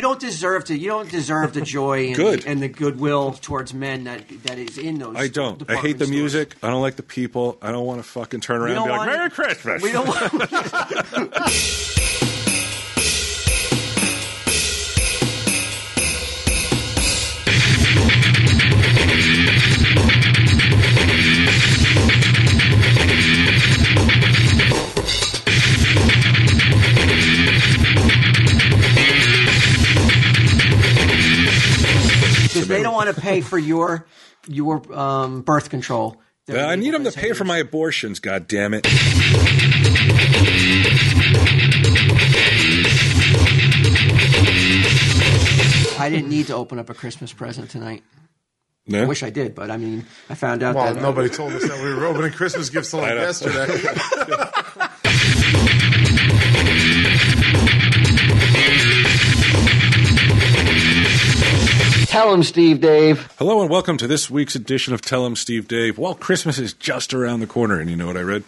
don't deserve to. You don't deserve the joy and, Good. and the goodwill towards men that that is in those. I don't. I department hate the stores. music. I don't like the people. I don't want to fucking turn around We and be don't like, want- Merry Christmas. We don't. Want, because they don't want to pay for your your um, birth control. They're Uh, I need them to gonna pay take for my abortions, God damn it. I didn't need to open up a Christmas present tonight. I No? wish I did, but I mean, I found out Well, that uh, nobody told us that we were opening Christmas gifts till I like know. yesterday. Tell him, Steve, Dave. Hello and welcome to this week's edition of Tell 'em Steve Dave. While Christmas is just around the corner, and you know what I read?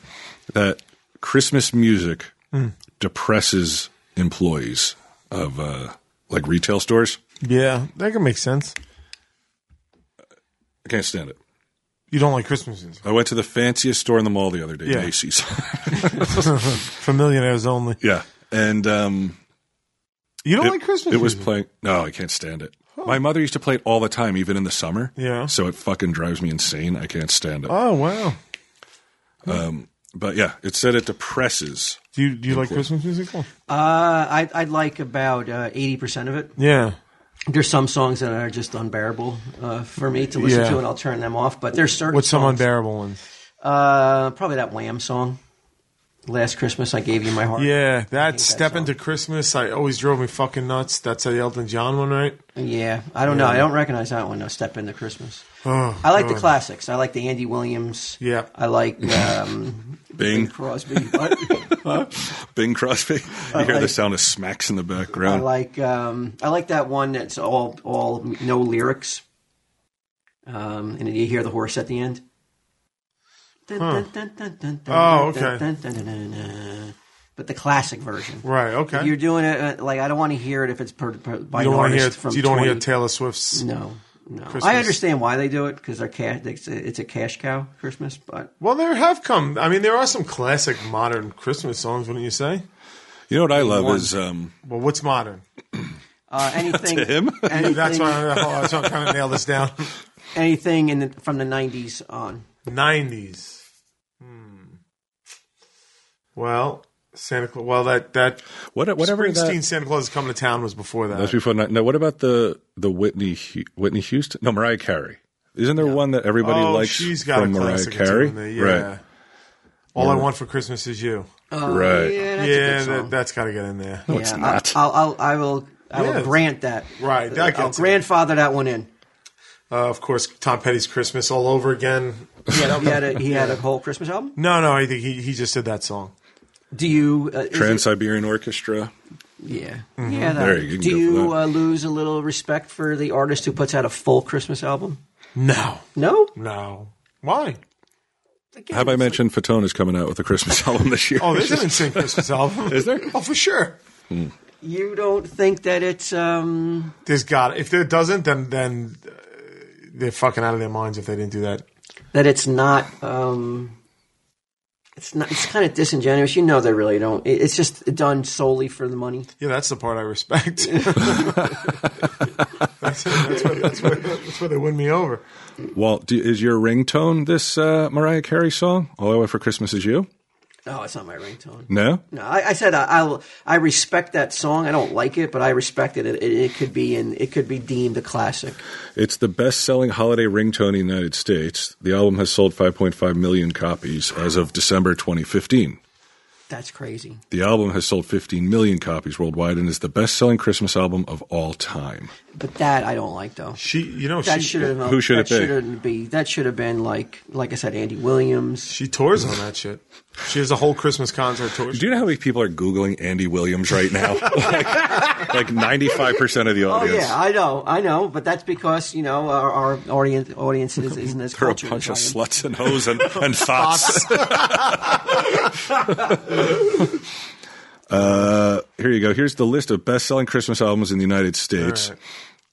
That Christmas music Hmm. depresses employees of uh, like retail stores. yeah, that can make sense. I can't stand it. You don't like Christmas music. I went to the fanciest store in the mall the other day, Yeah. Macy's. For millionaires only. yeah. And um, You don't it, like Christmas it was music. playing. No, I can't stand it. My mother used to play it all the time, even in the summer. Yeah. So it fucking drives me insane. I can't stand it. oh, wow. But yeah, it said it depresses. Do you, do you like Christmas music? Oh. Uh, I, I'd like about uh, eighty percent of it. Yeah. There's some songs that are just unbearable uh, for me to listen Yeah. to, and I'll turn them off. But there's certain What's some songs- unbearable ones? Uh, probably that Wham song. Last Christmas, I gave you my heart. Yeah, that that Step song. Into Christmas, I always drove me fucking nuts. That's the Elton John one, right? Yeah, I don't know. I don't recognize that one. No, Step Into Christmas. Oh, I like the God. classics. I like the Andy Williams. Yeah. I like um, Bing. Crosby. What? Bing Crosby. You hear the sound of smacks in the I background. like um, I like that one that's all all no lyrics, um, and then you hear the horse at the end. Oh, okay. But the classic version, Right, okay. If you're doing it uh, like I don't want to hear it if it's per, per, by you don't an want to artist hear from you don't wanna 20 hear Taylor Swift's. no, no. Christmas. I understand why they do it because they're cash. It's a, it's a cash cow Christmas, but Well, there have come. I mean, there are some classic modern Christmas songs, wouldn't you say? you know what I love is um, Well, what's modern? uh, anything to him. anything, That's why I'm trying to nail this down. anything in the, from the '90s on. 90s. Hmm. Well, Santa Claus. Well, that that What, whatever Springsteen that. Santa Claus is coming to town was before that. That's before. ni- Now, what about the the Whitney Hu- Whitney Houston? No, Mariah Carey. Isn't there one that everybody oh, likes she's got from a Mariah classic or two Carey? in there, yeah. Right, All I want for Christmas is you. Oh, Right. Yeah, that's a yeah, good song. that, that's got to get in there. No, it's Oh, Yeah, not. I'll, I'll, I'll, I will. I Yeah. will grant that. Right, that I'll gets it. grandfather that one in. Uh, of course, Tom Petty's Christmas all over again. Yeah, he had a he had a whole Christmas album. No, no, I think he, he just did that song. Do you? Uh, is it- Trans Siberian Orchestra. yeah, yeah. That, There, you can do go you for that. uh, lose a little respect for the artist who puts out a full Christmas album? No, No. no. Why? Again, Have it's I like- mentioned Fatone is coming out with a Christmas album this year? Oh, there's an insane Christmas album. Is there? Oh, for sure. you don't think that it's um There's got. If there doesn't, then then uh, they're fucking out of their minds if they didn't do that. that it's not um it's not it's kind of disingenuous. You know they really don't. It, it's just done solely for the money. Yeah, that's the part I respect. that's, that's, what, that's, what, that's what they win me over. Well, do, is your ringtone this uh, Mariah Carey song? All I want for Christmas is you. Oh, it's not my ringtone. No, No, I, I said I, I'll- I respect that song. I don't like it, but I respect it. It, it, it could be in, it could be deemed a classic. It's the best-selling holiday ringtone in the United States. The album has sold 5.5 million copies as of December 2015. That's crazy. The album has sold 15 million copies worldwide and is the best-selling Christmas album of all time. But that I don't like though. She, you know, That she, should have who should that it be? Shouldn't be. That should have been like like I said, Andy Williams. she tours on that shit. She has a whole Christmas concert tour. Do you know how many people are googling Andy Williams right now? like, like 95% of the Oh audience. yeah, I know, I know. But that's because you know our, our audience audience is, isn't as They're a cultured bunch of as I am. sluts and hoes and, and thoughts. uh, here you go. Here's the list of best selling Christmas albums in the United States. All right.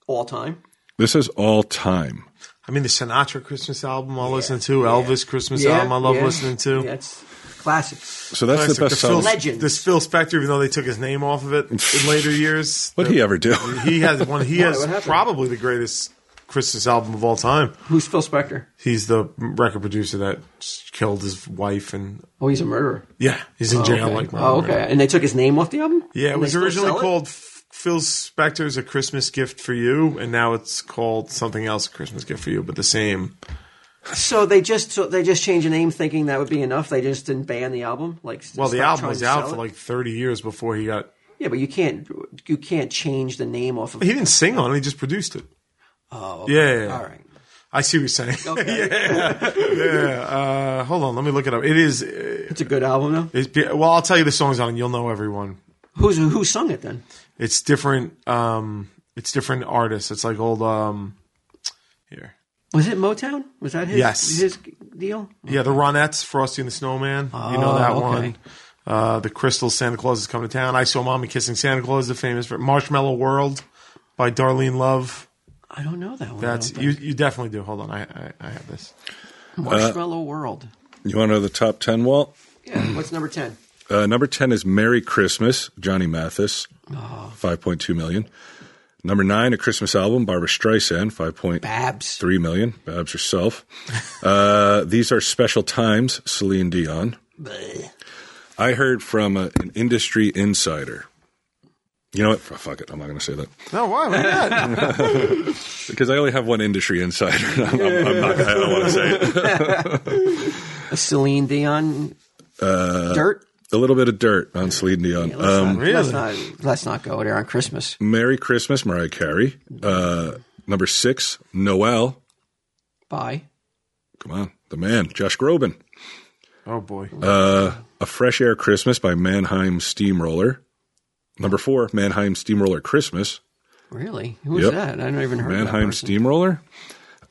all time. This is all time. I mean, the Sinatra Christmas album I listen to, Elvis Christmas Yeah, album I love yeah. listening to. Yeah, it's classics. So that's Classic. the best Phil, selling. Phil- Legends. This Phil Spector, even though they took his name off of it in later years. What'd he ever do? He has one. He Why, has what happened? probably the greatest Christmas album of all time. Who's Phil Spector? He's the record producer that killed his wife, and Oh, he's a murderer. yeah, he's in jail okay. like my oh, okay. And they took his name off the album. Yeah, it And was they still originally sell it? called F- Phil Spector's A Christmas Gift for You, and now it's called something else, A Christmas Gift for You, but the same. So they just so they just changed the name, thinking that would be enough. They just didn't ban the album. Like, Well, the stop album trying was to out sell for it? like 30 years before he got. yeah, but you can't you can't change the name off of. He didn't sing on it, he just produced it. Oh, Yeah, yeah, yeah. all right. I see what you're saying. Okay. uh, hold on, let me look it up. It is. uh, It's a good album though. It's, be- well, I'll tell you the songs on it, you'll know everyone. Who's who sung it then? It's different. Um, it's different artists. It's like old. Um, here, Was it Motown? Was that his Yes. his deal? yeah, the Ronettes, Frosty and the Snowman. you know Oh, that okay. one. Uh, the Crystal Santa Claus is coming to town. I saw Mommy kissing Santa Claus. The famous Marshmallow World by Darlene Love. I don't know that one. I That's don't you. uh, You definitely do. Hold on, I I, I have this. think. Marshmallow World. Uh, You want to know the top 10, Walt? Yeah. What's number ten? Uh, number 10 is Merry Christmas, Johnny Mathis, 5.2 million. Number 9, A Christmas Album, Barbara Streisand, 5.3 Babs. million. Babs herself. uh, These Are Special Times, Celine Dion. Bleh. I heard from uh an industry insider. You know what? F- Fuck it. I'm not going to say that No, why? Why not? because I only have one industry insider. and I'm, I'm, I'm not. I don't want to say it. A Celine Dion. Dirt. A little bit of dirt on Celine Dion. Let's, Uh, um, not, let's really? not let's not go there on Christmas. Merry Christmas, Mariah Carey. Uh, number six, Noel. Bye. Come on, the man, Josh Groban. oh boy. Uh, a Fresh Air Christmas by Mannheim Steamroller. Number four, Mannheim Steamroller Christmas. Really? Who's Yep. that? I don't even heard of that Mannheim person. Steamroller,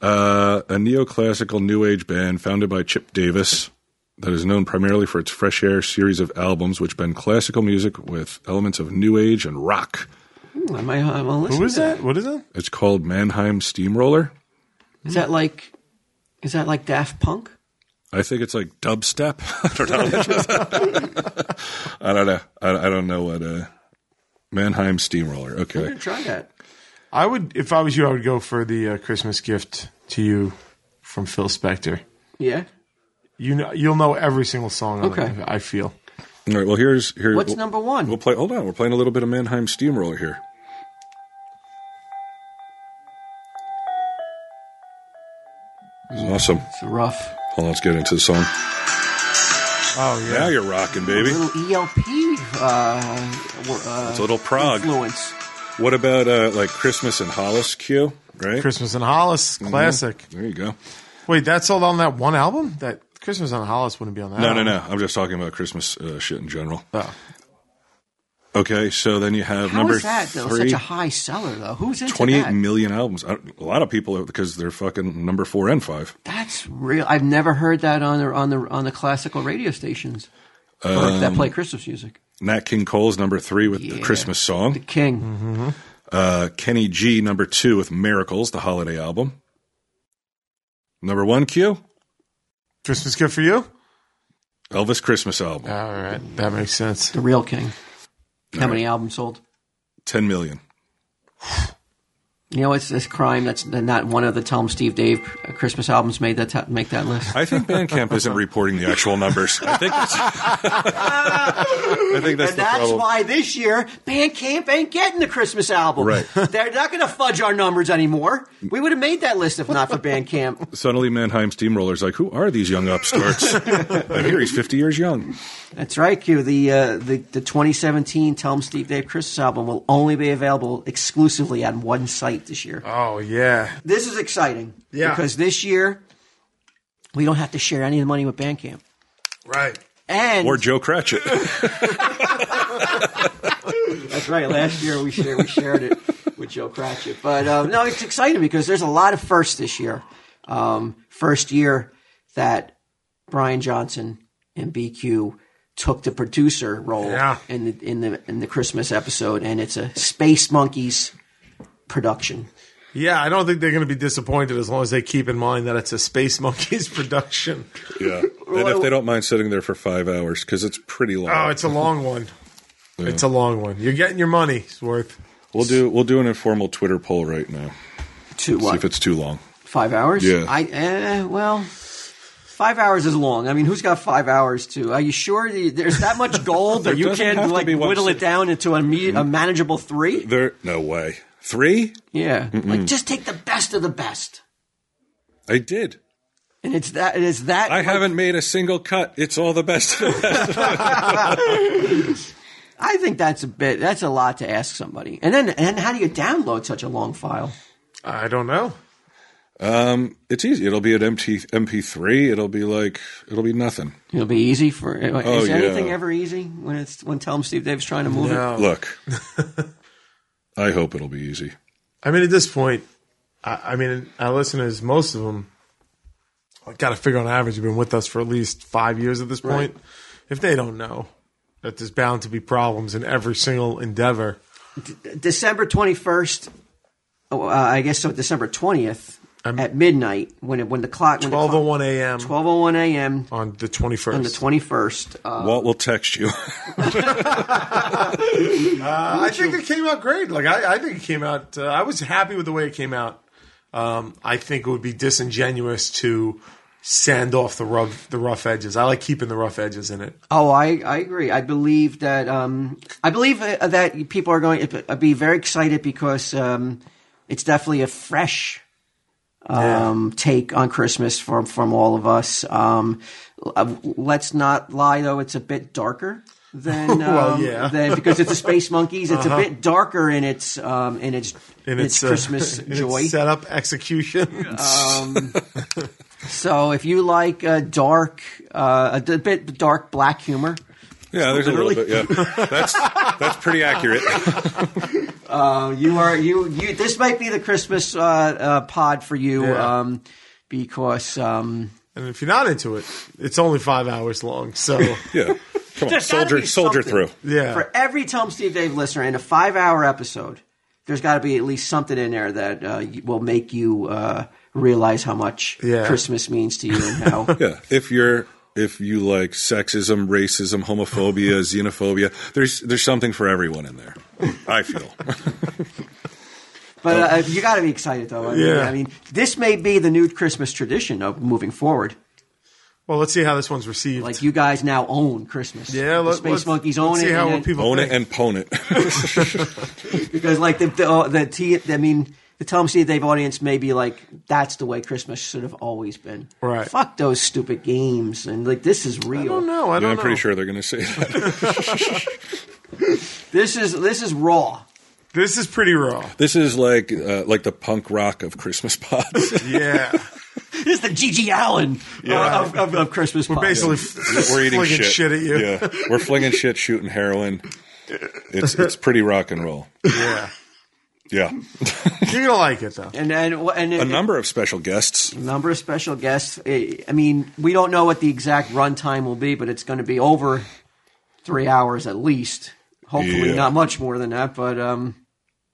uh, a neoclassical new age band founded by Chip Davis that is known primarily for its Fresh Air series of albums, which blend classical music with elements of new age and rock. Ooh, I might, I'm gonna listen Who is to that? What is that? It's called Mannheim Steamroller. Is that like? Is that like Daft Punk? I think it's like dubstep. I don't know. I don't know. I, I don't know what uh, Mannheim Steamroller. I'm Okay. gonna try that. I would, if I was you, I would go for the uh, Christmas gift to you from Phil Spector. Yeah. You know, you'll know every single song. on it, Okay. I feel. All right. Well, here's here. What's we'll, number one? We'll play. Hold on. We're playing a little bit of Mannheim Steamroller here. This is awesome. It's rough. Hold on. Let's get into the song. Oh Now you're rocking, baby. Little ELP. Uh, wor- uh, It's a little prog. influence. What about uh, like Christmas and Hollis Q? Right. Mm-hmm. Christmas in Hollis, classic. There you go. Wait, that's all on that one album? That Christmas on Hollis wouldn't be on that. No, no, album. no. I'm just talking about Christmas uh, shit in general. Oh. Okay, so then you have How number is that though? three. Such a high seller though. Who's into 28 that? million albums. I, a lot of people are- because they're fucking number four and five. That's real. I've never heard that on the on the on the classical radio stations or Um, that play Christmas music. Nat King Cole's number three with the Yeah. Christmas The song. King. Uh, Kenny G number two with Miracles, the holiday album. Number one, Q Christmas gift for you? Elvis Christmas album, All right, that makes sense. The real King. How many albums sold? ten million. You know, it's this crime that's not one of the Tell 'em Steve Dave Christmas albums made that t- make that list. I think Bandcamp isn't reporting the actual numbers. I think that's, I think that's And the that's problem. why this year Bandcamp ain't getting the Christmas album. Right. They're not going to fudge our numbers anymore. We would have made that list if not for Bandcamp. Suddenly, Mannheim Steamroller's like, who are these young upstarts? I hear he's fifty years young. That's right, Q. The uh, the the 2017 Tell 'em Steve Dave Christmas album will only be available exclusively on one site this year. Oh yeah, This is exciting. Yeah. Because this year we don't have to share any of the money with Bandcamp. right. And Or Joe Cratchit. That's right. Last year we shared we shared it with Joe Cratchit, but um, no, it's exciting because there's a lot of firsts this year. Um, first year that Brian Johnson and BQ took the producer role Yeah. in the in the in the Christmas episode, and it's a Space Monkeys production. Yeah, I don't think they're going to be disappointed as long as they keep in mind that it's a Space Monkeys production. Yeah. and if they don't mind sitting there for five hours, because it's pretty long. Oh, it's a long one. It's a long one. You're getting your money's worth. we'll do we'll do an informal Twitter poll right now. To See what? if it's too long. Five hours? Yeah. I eh, well, five hours is long. I mean, who's got five hours to? Are you sure the- there's that much gold that you doesn't have can to like be one whittle si- it down into a, me- Mm-hmm. a manageable three? There no way. Three? Yeah, like just take the best of the best, I did. and it's that. It is that. I like, haven't made a single cut. It's all the best. I think that's a bit. That's a lot to ask somebody. And then, and how do you download such a long file? I don't know. it's easy. It'll be an MT, MP3. It'll be like it'll be nothing. It'll be easy for. Is Oh, yeah. anything ever easy when it's when Tell 'em Steve Dave's trying to move it? Look, I hope it'll be easy. I mean, at this point, I, I mean, our listeners, most of them, I got to figure on average, have been with us for at least five years at this point. If they don't know that there's bound to be problems in every single endeavor, December twenty first. Oh, uh, I guess so. December twentieth at midnight when it, when the clock when twelve oh one a.m. twelve oh one a.m. on the twenty on the first. twenty first. Uh, Walt will text you. Uh, I think it came out great. Like I, I think it came out. Uh, I was happy with the way it came out. Um, I think it would be disingenuous to sand off the rough the rough edges. I like keeping the rough edges in it. oh, I, I agree. I believe that um, I believe uh, that people are going to be very excited because um, it's definitely a fresh um, take on Christmas from from all of us. Um, l- uh, let's not lie though; it's a bit darker than, Well, um, yeah. Uh-huh. than because it's the Space Monkeys. It's a bit darker in its um, in its in its, uh, Christmas in its joy. setup execution. so, if you like uh, dark, uh, a d- bit dark black humor, yeah, there's a little bit. Yeah, that's that's pretty accurate. you are you you. This might be the Christmas uh, uh, pod for you Yeah. um, because. Um, and if you're not into it, it's only five hours long. So Yeah, come on, There's gotta soldier, be soldier something. through. yeah, for every Tom Steve Dave listener in a five hour episode, there's got to be at least something in there that uh, y- will make you uh, realize how much Yeah. Christmas means to you and how. Yeah, if you're if you like sexism, racism, homophobia, xenophobia, there's there's something for everyone in there. I feel. but uh, you got to be excited though. I mean, Yeah. I mean, this may be the new Christmas tradition of moving forward. well, let's see how this one's received. Like you guys now own Christmas. yeah, the let, Space let's, Monkeys own let's it. See how and what it- people Own it think. and pwn it. because like the the, uh, the T, I mean. The Tom Steve Dave audience may be like, that's the way Christmas should have always been. Right. Fuck those stupid games. And like, this is real. I don't know. I Yeah, don't I'm know. pretty sure they're going to say that. This is this is raw. This is pretty raw. This is like uh, like the punk rock of Christmas pods. Yeah, This is the Gigi Allen uh, of, of, of Christmas. We're basically We're eating flinging shit. shit at you. Yeah, we're flinging shit, shooting heroin. It's it's pretty rock and roll. yeah. Yeah, You're gonna like it though. and and and a number of special guests. number of special guests. I I mean, we don't know what the exact runtime will be, but it's going to be over three hours at least. Hopefully, Yeah. not much more than that. But um,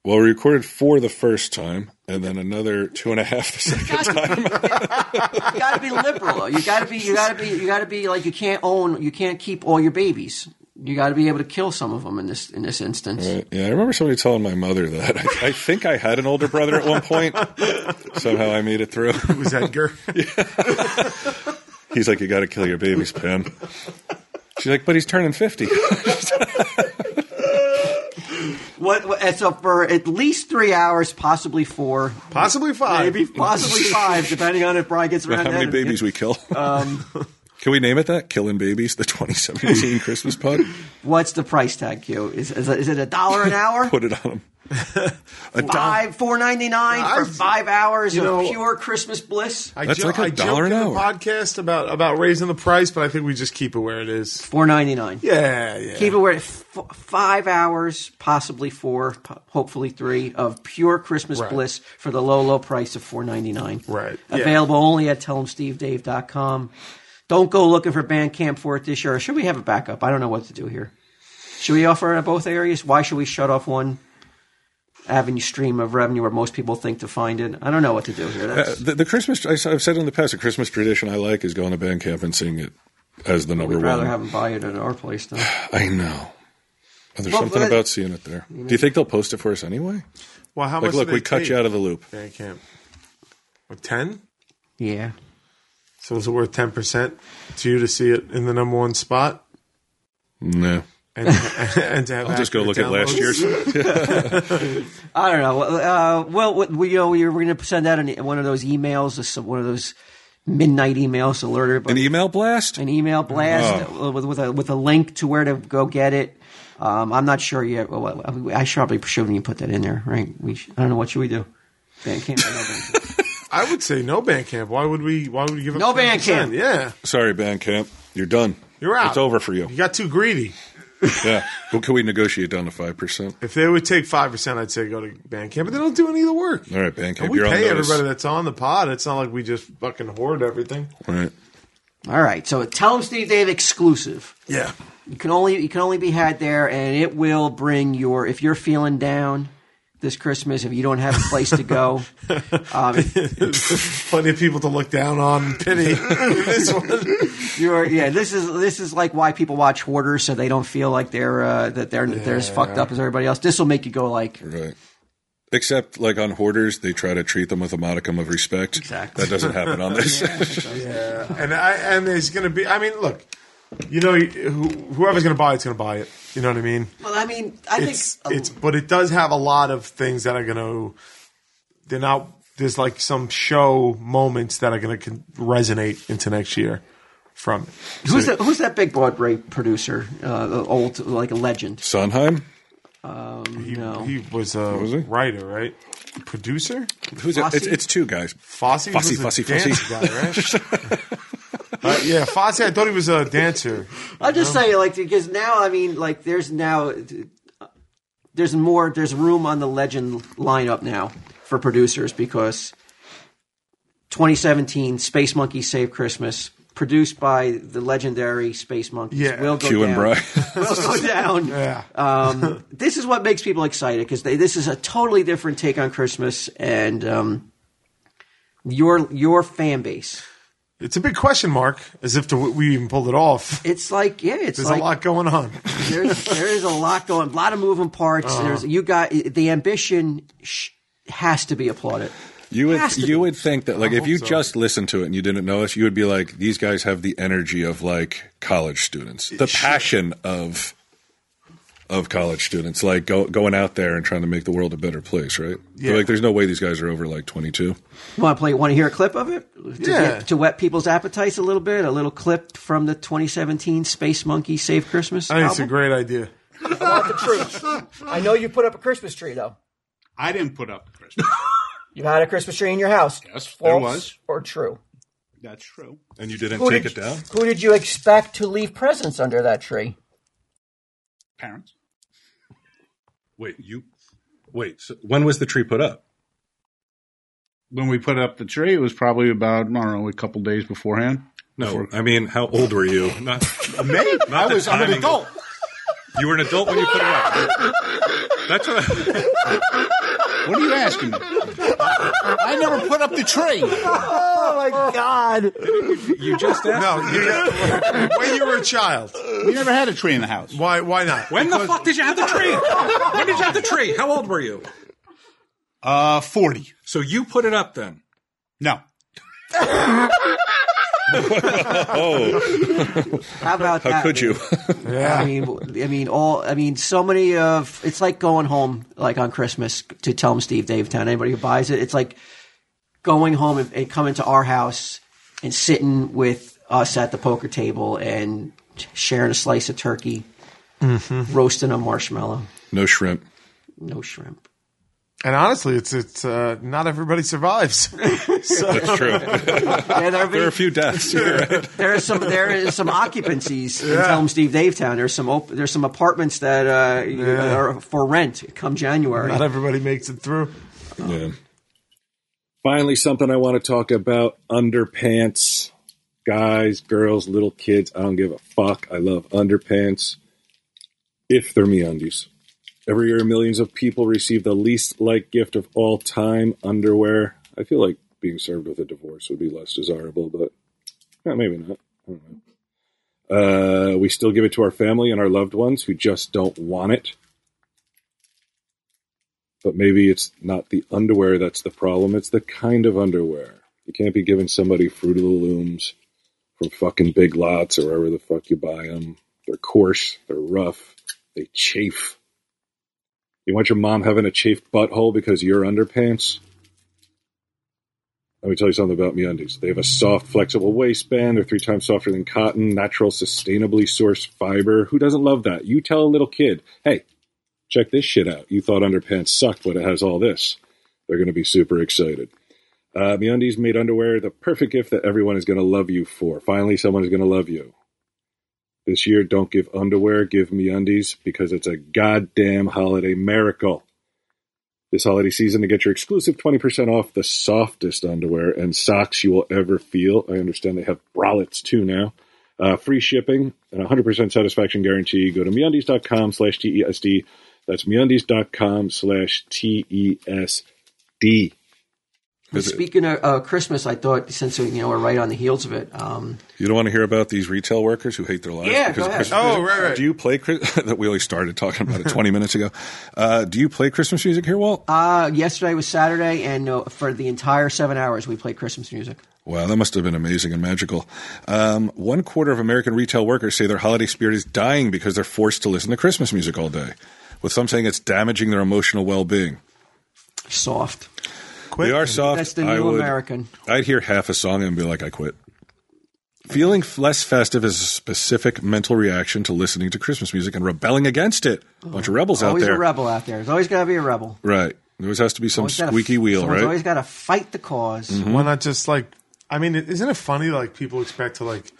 Well, we recorded four the first time, and then another two and a half the second time. you got to be liberal. You got to be. You got to be. You got to be like you can't own. You can't keep all your babies. You got to be able to kill some of them in this in this instance. Yeah, I remember somebody telling my mother that. I, I think I had an older brother at one point. Somehow I made it through. It was Edgar. He's like, "You got to kill your babies, Pam." She's like, "But he's turning 50. What, what? and So for at least three hours, possibly four, Possibly five. maybe possibly five, depending on if Brian gets around. How that many and- babies we kill? Um, Can we name it that? Killing babies, the 2017 Christmas pod. What's the price tag, Q? Is, is, is it a dollar an hour? Put it on them. A dollar. five four ninety nine for I- five hours you of know- pure Christmas bliss. I That's ju- like a I dollar joked an in the hour. podcast about about raising the price, but I think we just keep it where it is. Four ninety nine. Yeah, yeah. Keep it where f- five hours, possibly four, po- hopefully three, of pure Christmas Right. bliss for the low, low price of four ninety nine. Right. Yeah. Available only at tellemstevedave.com. Don't go looking for Bandcamp for it this year. Or should we have a backup? I don't know what to do here. Should we offer it at both areas? Why should we shut off one avenue stream of revenue where most people think to find it? I don't know what to do here. That's, Uh, the, the Christmas, I, have said in the past, a Christmas tradition I like is going to Bandcamp and seeing it as the number we'd rather one. have them buy it at our place, though. I know. But there's Well, something but- about seeing it there. Do you think they'll post it for us anyway? Well, how Like, much? look, we cut you out of the loop. Bandcamp. camp. What ten? Yeah. So is it worth ten percent to you to see it in the number one spot No. and and to have? I'll just go look at last year's. I don't know. Uh, well, we- we, you know, we were going to send out an, one of those emails, some- one of those midnight emails alert An everybody. email blast? an email blast uh, with, with a with a link to where to go get it. Um, I'm not sure yet. Well, well, I mean, I should probably shouldn't even put that in there, right? We should, I don't know what should we do. Bandcamp, or no Bandcamp. I would say no Bandcamp. Why would we? Why would we give up No 10%? Bandcamp. Yeah, Sorry, Bandcamp. You're done. You're out. It's over for you. you got too greedy. yeah. What can we negotiate down to 5%? If they would take five percent, I'd say go to Bandcamp, but they don't do any of the work. All right, Bandcamp. And we you're on pay notice. everybody that's on the pod. It's not like we just fucking hoard everything. All right. All right, so tell them Steve Dave exclusive. Yeah. You can only you can only be had there, and it will bring your if you're feeling down this Christmas if you don't have a place to go. um, Plenty of people to look down on and pity. this one. You're, yeah, this is this is like why people watch hoarders so they don't feel like they're uh, that they're they're as fucked up as everybody else. This will make you go like Right. Except, like on hoarders, they try to treat them with a modicum of respect. Exactly. That doesn't happen on this. Yeah. And I and there's gonna be. I mean, look. You know, who, whoever's gonna buy it's gonna buy it. You know what I mean? Well, I mean, I It's think it's, but it does have a lot of things that are gonna. They're not. There's like some show moments that are gonna con- resonate into next year from it. who's that, who's that big Broadway producer? Uh, the old like a legend. Sondheim? He, No. he was a was he? writer, right? Producer? Who's it? It's, Fosse? it's two guys. Fosse? Fosse, was a Fosse, dance Fosse. guy, right? Uh, yeah, Fosse. I thought he was a dancer. I'll just say like because now I mean like there's now there's more there's room on the legend lineup now for producers because 2017 Space Monkey Save Christmas produced by the legendary Space Monkeys Yeah. will go Q down. and Bry. will go down. Yeah. Um, this is what makes people excited because this is a totally different take on Christmas and um, your your fan base. It's a big question mark, as if to, we even pulled it off. It's like yeah, it's There's like a lot going on. there's there is a lot going, a lot of moving parts. Uh-huh. There's you got the ambition sh- has to be applauded. You would Has to you be. would think that like if hope you so. just listened to it and you didn't know us, you would be like, these guys have the energy of like college students, the passion of of college students, like go, going out there and trying to make the world a better place, right? Yeah. Like, there's no way these guys are over like 22. Want to play? Want to hear a clip of it? To, Yeah. to whet people's appetites a little bit. A little clip from the 2017 Space Monkey Save Christmas. I think it's a album. great idea. Not the truth. I know you put up a Christmas tree though. I didn't put up the Christmas. You had a Christmas tree in your house. Yes, there False was. or true. That's true. And you didn't take it down? Who did you expect to leave presents under that tree? Parents. Wait, you wait. So when was the tree put up? When we put up the tree, it was probably about I don't know a couple days beforehand. No, I mean, how old were you? Not, Me? I the was I'm an timing. adult. you were an adult when you put it up. That's what I, What are you asking? me? I never put up the tree. Oh my God! you just asked. No, you, Oh, when you were a child, We never had a tree in the house. why? Why not? When the fuck did you have the tree? when did you have the tree? How old were you? Uh, forty. So you put it up then. No. How about Oh, How that? could you? I mean, I mean, all. I mean, so many of. It's like going home, like on Christmas, to tell them Steve Dave Town. Anybody who buys it, it's like going home and, and coming to our house and sitting with us at the poker table and sharing a slice of turkey, Mm-hmm. roasting a marshmallow, no shrimp. no shrimp. And honestly, it's it's uh, not everybody survives. That's true. Yeah, there, have been- there are a few deaths. You're right. there are some there is some occupancies in Tell 'em Steve Dave Town. There's some op- there's some apartments that uh, you know, Yeah. are for rent come January. not everybody makes it through. Finally, something I want to talk about: underpants. guys, girls, little kids. I don't give a fuck. I love underpants if they're me undies. Every year, millions of people receive the least liked gift of all time underwear. I feel like being served with a divorce would be less desirable, but eh, maybe not. I don't know. Uh, we still give it to our family and our loved ones who just don't want it. But maybe it's not the underwear that's the problem, it's the kind of underwear. You can't be giving somebody Fruit of the Looms from fucking Big Lots or wherever the fuck you buy them. They're coarse, they're rough, they chafe. You want your mom having a chafed butthole because you're underpants? Let me tell you something about MeUndies. They have a soft, flexible waistband. They're three times softer than cotton, natural, sustainably sourced fiber. Who doesn't love that? You tell a little kid, hey, check this shit out. You thought underpants sucked, but it has all this. They're going to be super excited. Uh, MeUndies made underwear the perfect gift that everyone is going to love you for. Finally, someone is going to love you. This year, don't give underwear, give MeUndies because it's a goddamn holiday miracle. This holiday season to get your exclusive 20% off the softest underwear and socks you will ever feel. I understand they have bralettes too now. Uh, free shipping and 100% satisfaction guarantee. Go to MeUndies.com slash E TESD. That's MeUndies.com slash E TESD. Speaking of uh, Christmas, I thought since you know we're right on the heels of it, um, You don't want to hear about these retail workers who hate their lives Yeah, go because of ahead. Christmas Oh, music? right, right. Do you play Chris- that? We only started talking about it 20 minutes ago. Uh, do you play Christmas music here, Walt? uh, yesterday was Saturday, and uh, for the entire seven hours we played Christmas music. Wow, that must have been amazing and magical. Um, one quarter of American retail workers say their holiday spirit is dying because they're forced to listen to Christmas music all day, with some saying it's damaging their emotional well being. Soft. They are soft. That's the I new would- American. I'd hear half a song and be like, I quit. Feeling f- less festive is a specific mental reaction to listening to Christmas music and rebelling against it. bunch of rebels out Always there. a rebel out there. There's always got to be a rebel. Right. There always has to be some Always gotta- squeaky wheel, someone's right? Mm-hmm. Always got to fight the because Why not just like? I mean, isn't it funny? Like people expect to like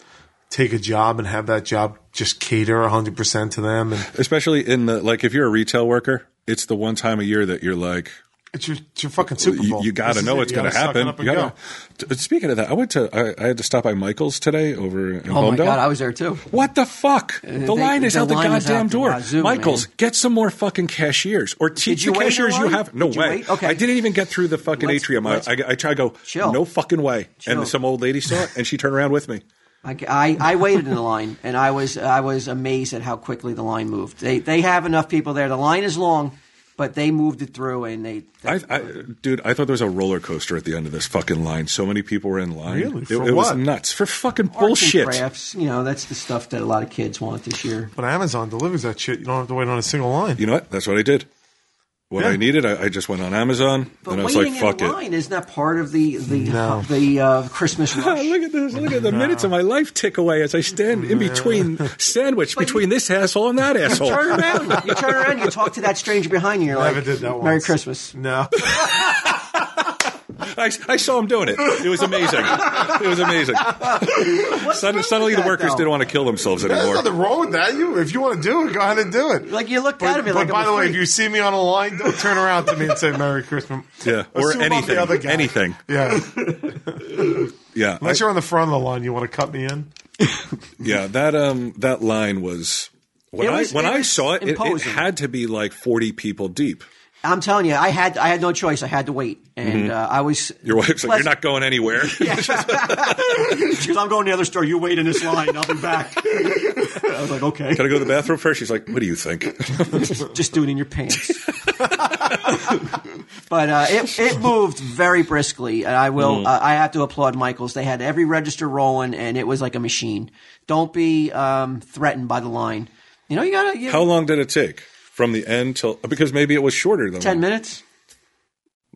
take a job and have that job just cater hundred percent to them, and Especially in the, like, if you're a retail worker, it's the one time a year that you're like, it's your, it's your fucking Super you- Bowl. You, got to This is know it. it's You going to gotta suck it happen. up and You go. gotta- T- Speaking of that, I went to I, I had to stop by Michael's today over in Oh my Palmdale. god, I was there too. what the fuck? the they- line is the out the line is out goddamn the door. wazoo, Michael's, man. get some more fucking cashiers or teach you the wait in cashiers you line? have. No Did you way. wait? Okay. I didn't even get through the fucking Let's- atrium. I, let's- I, I try to go. Chill. No fucking way. Chill. And some old lady saw it and she turned around with me. I, I, I waited in the line, and I was I was amazed at how quickly the line moved. They they have enough people there. The line is long, but they moved it through, and they. I, I, dude, I thought there was a roller coaster at the end of this fucking line. So many people were in line. Really? It, For it was what? nuts for fucking Arts and bullshit. crafts, you know, that's the stuff that a lot of kids want this year. But Amazon delivers that shit. You don't have to wait on a single line. you know what? That's what I did. What Yeah. I needed, I, I just went on Amazon But and I was like, waiting "Fuck in it." line is not part of the the No. the uh, Christmas rush. look at this! Look at the minutes of my life tick away as I stand in between, sandwiched between this asshole and that asshole. turn around, you turn around, you talk to that stranger behind you. You're Never like, did that Merry once. Christmas. No, I, I saw him doing it. It was amazing. It was amazing. Suddenly, suddenly the workers didn't want to kill themselves there's anymore. nothing wrong with that. You, if you want to do it, go ahead and do it. Like you looked But, at me but like. it by was the way, free. if you see me on a line, don't turn around to me and say Merry Christmas. Yeah, or Assume I'm the anything, other guy. anything. Yeah, Yeah, I- unless you're on the front of the line, you want to cut me in. yeah. That um, that line was when It I was- when it I was saw it, it, it imposing. had to be like forty people deep. I'm telling you, I had I had no choice. I had to wait, and uh, I was Your wife's Plus- like, Mm-hmm. "You're not going anywhere." She goes, I'm going to the other store. You wait in this line. I'll be back. I was like, okay. Gotta go to the bathroom first. She's like, "What do you think?" Just do it in your pants. but uh, it, it moved very briskly. And I will, Mm. uh, I have to applaud Michaels. They had every register rolling and it was like a machine. Don't be um, threatened by the line. You know, you gotta, you, How long did it take from the end till? Because maybe it was shorter than 10 minutes.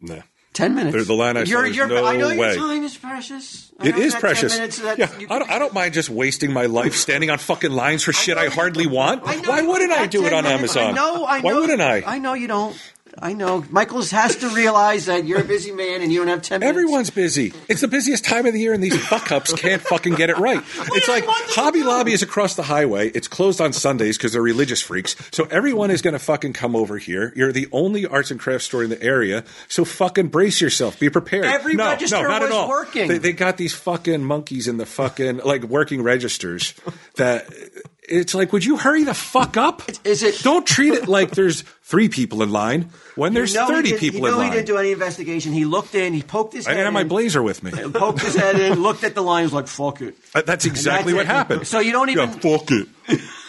Nah. Ten minutes. There's the line I saw. There's no I know way. your time is precious. I It know is that precious. Ten minutes that yeah, you I, don't, I don't mind just wasting my life standing on fucking lines for shit I, know you- hardly want. I know Why you- wouldn't I that do it 10 on minutes- Amazon? I know. I know. Why wouldn't I? I know you don't. I know. Michaels has to realize that you're a busy man and you don't have ten minutes. Everyone's busy. It's the busiest time of the year, and these fuck-ups can't fucking get it right. It's like Hobby Lobby is across the highway. It's closed on Sundays because they're religious freaks. So everyone is going to fucking come over here. You're the only arts and crafts store in the area, so fucking brace yourself. Be prepared. Every no, register no, not was at all. working. They, they got these fucking monkeys in the fucking like working registers that. It's like, would you hurry the fuck up? Is it- Don't treat it like there's three people in line when there's You know he 30 didn't- people you know in he line. didn't do any investigation. He looked in. He poked his I head. didn't have my in, blazer with me. Poked his head in. Looked at the line. Was like, "Fuck it." Uh, That's exactly it. what happened. So you don't Yeah, even- fuck it.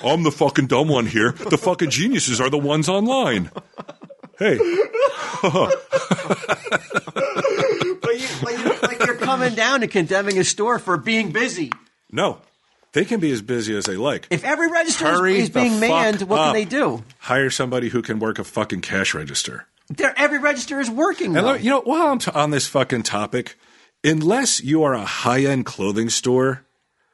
I'm the fucking dumb one here. The fucking geniuses are the ones online. Hey, But you, like, you- like you're coming down and condemning a store for being busy. no, they can be as busy as they like. If every register is- Hurry is, being the fuck manned, what up. can they do? Hire somebody who can work a fucking cash register. They're, every register is working. And though. let me- you know, while I'm t- on this fucking topic, unless you are a high end clothing store,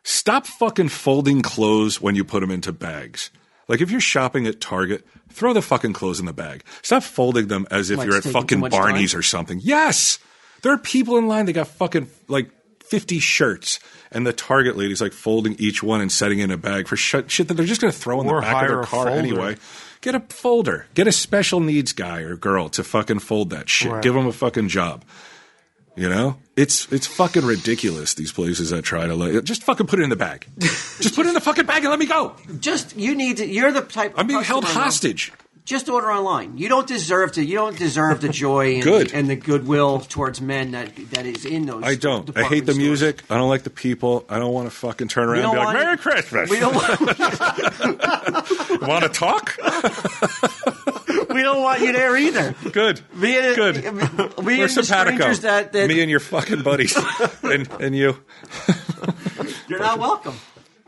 stop fucking folding clothes when you put them into bags. Like if you're shopping at Target, throw the fucking clothes in the bag. Stop folding them as if Like, you're at it's taking too fucking much Barney's time? or something. Yes, there are people in line that got fucking like. 50 shirts and the Target lady's like folding each one and setting it in a bag for shit, shit that they're just going to throw in Or the back of hire their a car folder. anyway. Get a folder. Get a special needs guy or girl to fucking fold that shit. Right. Give them a fucking job. You know, it's it's fucking ridiculous. These places that try to like just fucking put it in the bag. just put it in the fucking bag and let me go. just you need to. You're the type. of I'm being held customer- hostage. Just order online. You don't deserve to. You don't deserve the joy and, Good. The, and the goodwill towards men that that is in those. I don't. I department hate the stores. music. I don't like the people. I don't want to fucking turn around We and don't be like, want- "Merry Christmas." We don't. Want, want to talk. we don't want you there either. Good. Me and- Good. me- me We're and the simpatico. strangers that- that- Me and your fucking buddies and and you. You're not welcome.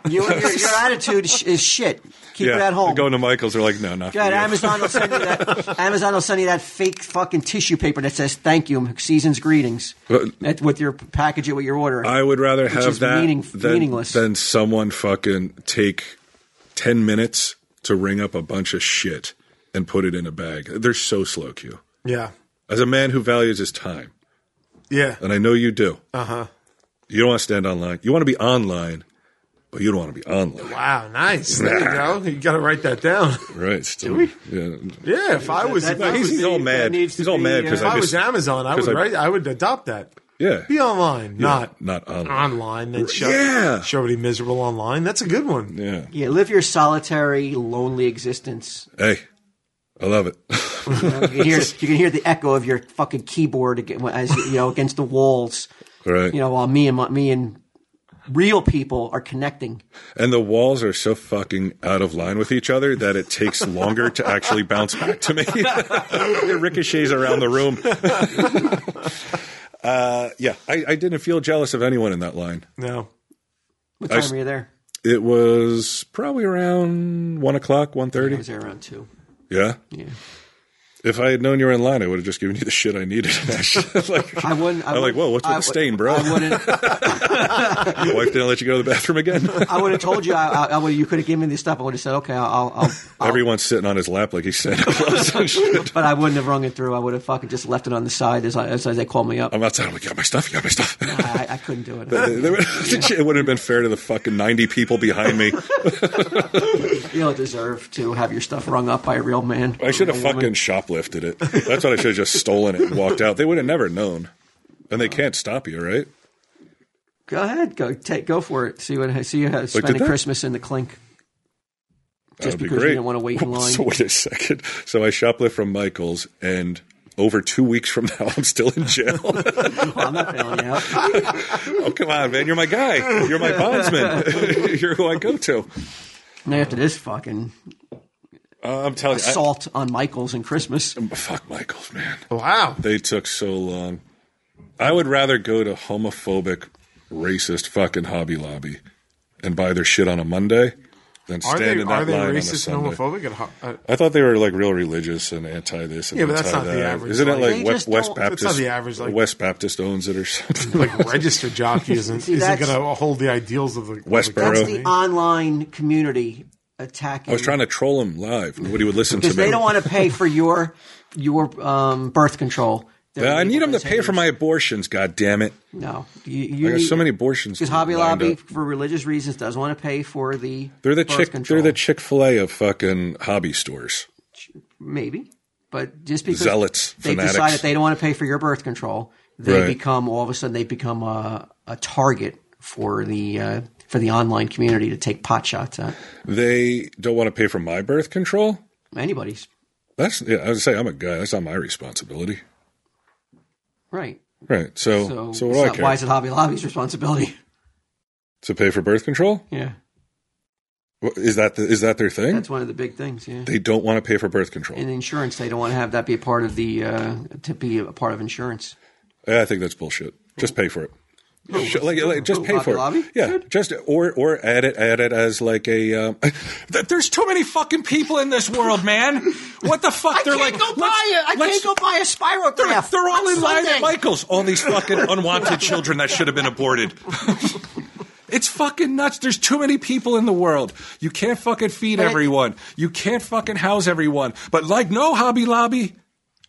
You, your, your attitude sh- is shit. Keep yeah. it at home. Going to Michael's, they're like, "No, not." God, for you. Amazon will send you that. Amazon will send you that fake fucking tissue paper that says "Thank you, season's greetings" But- That- with your package it with your order. Uh, I would rather have is that meaning- than, meaningless. than someone fucking take 10 minutes to ring up a bunch of shit and put it in a bag. They're so slow, Q. Yeah. As a man who values his time, Yeah. and I know you do. Uh huh. You don't want to stand online. You want to be online, but you don't want to be online. Wow. Nice. There you go. You got to write that down. Right. Still, we? Yeah. Yeah. If I was, that- if that I He's, needs was, he's to all be- mad. that needs He's to all be, mad because uh, if I I was just. Amazon, I would I- write. I would adopt that. yeah. Be online, not Not online. online. And show, Yeah. show everybody miserable online. That's a good one. Yeah. yeah, live your solitary, lonely existence. Hey, I love it. You can hear, you can hear the echo of your fucking keyboard again, as you know against the walls. all right. You know, while me and my, me and real people are connecting. And the walls are so fucking out of line with each other that it takes longer to actually bounce back to me. it ricochets around the room. uh, yeah, I, I didn't feel jealous of anyone in that line. No. What I time s- were you there? It was probably around one o'clock, one I thirty. was there around two. Yeah. Yeah. If I had known you were in line, I would have just given you the shit I needed. like, I wouldn't. I I'm wouldn't- like, whoa, what's with I the would- stain, bro? I wouldn't. Your wife didn't let you go to the bathroom again. I would have told you. I, I, I would. You could have given me this stuff. I would have said, okay, I'll. I'll, I'll Everyone's sitting on his lap like he's Santa Claus and shit. but I wouldn't have rung it through. I would have fucking just left it on the side as I, as they called me up. I'm outside. I'm like, you got my stuff. You got my stuff. I, I couldn't do it. They- they would- it wouldn't have been fair to the fucking 90 people behind me. You don't deserve to have your stuff rung up by a real man. I should have Or a woman. fucking shoplifted it. That's what I should have just stolen it and walked out. They would have never known. And they can't stop you, right? Go ahead, go take, go for it. See what see you have Like, did spending that- Christmas in the clink. Just That'd be because you great. didn't want to wait in line. So wait a second. So I shoplift from Michael's and over two weeks from now, I'm still in jail. Well, I'm not bailing you out. oh, come on, man. You're my guy. You're my bondsman. You're who I go to. Now after this fucking Uh, I'm telling you. I- assault on Michaels and Christmas. fuck Michael's, man. Wow. They took so long. I would rather go to homophobic, racist fucking Hobby Lobby and buy their shit on a Monday than Are stand they in are that they line on a racist and Sunday. homophobic? At, ho- uh, I thought they were like real religious and anti this. And Yeah, but that's anti not the that. average, Isn't it like- like They West, just West don't- Baptist? that's not the average, like- West Baptist owns it or something. like register jockey isn't, See, isn't that's- going to hold the ideals of the of the Westboro. company. That's the online community attacking. I was trying to troll him live. Nobody would listen to me. because they don't want to pay for your your um, birth control. Uh, I need him to pay for my abortions. God damn it! No, you, you I got need- so many abortions. Because Hobby lined Lobby, up. for religious reasons, doesn't want to pay for the They're the birth chick. control. They're the Chick Fil A of fucking hobby stores. maybe, but just because Zealots, they fanatics. decided they don't want to pay for your birth control, they Right. become all of a sudden they become a, a target for the uh, for the online community to take pot shots at They don't want to pay for my birth control. anybody's That's yeah. I would say I'm a guy. That's not my responsibility. right. Right. So So, so, what it's do I not- care why is it Hobby Lobby's responsibility? to pay for birth control? Yeah, Wha- Is that the, is that their thing? that's one of the big things. Yeah. they don't want to pay for birth control. in insurance, they don't want to have that be a part of the uh, to be a part of insurance. Yeah, I think that's bullshit. Just pay for it. Sh- like, like, just Who, pay for it. Hobby Lobby? Yeah, just or or add it add it as like a. Um, th- there's too many fucking people in this world, man. What the fuck? they're like, let's- let's- buy a They're, spirograph. they're all in line at Michael's. All these fucking unwanted children that should have been aborted. it's fucking nuts. There's too many people in the world. You can't fucking feed everyone. You can't fucking house everyone. But like, no Hobby Lobby.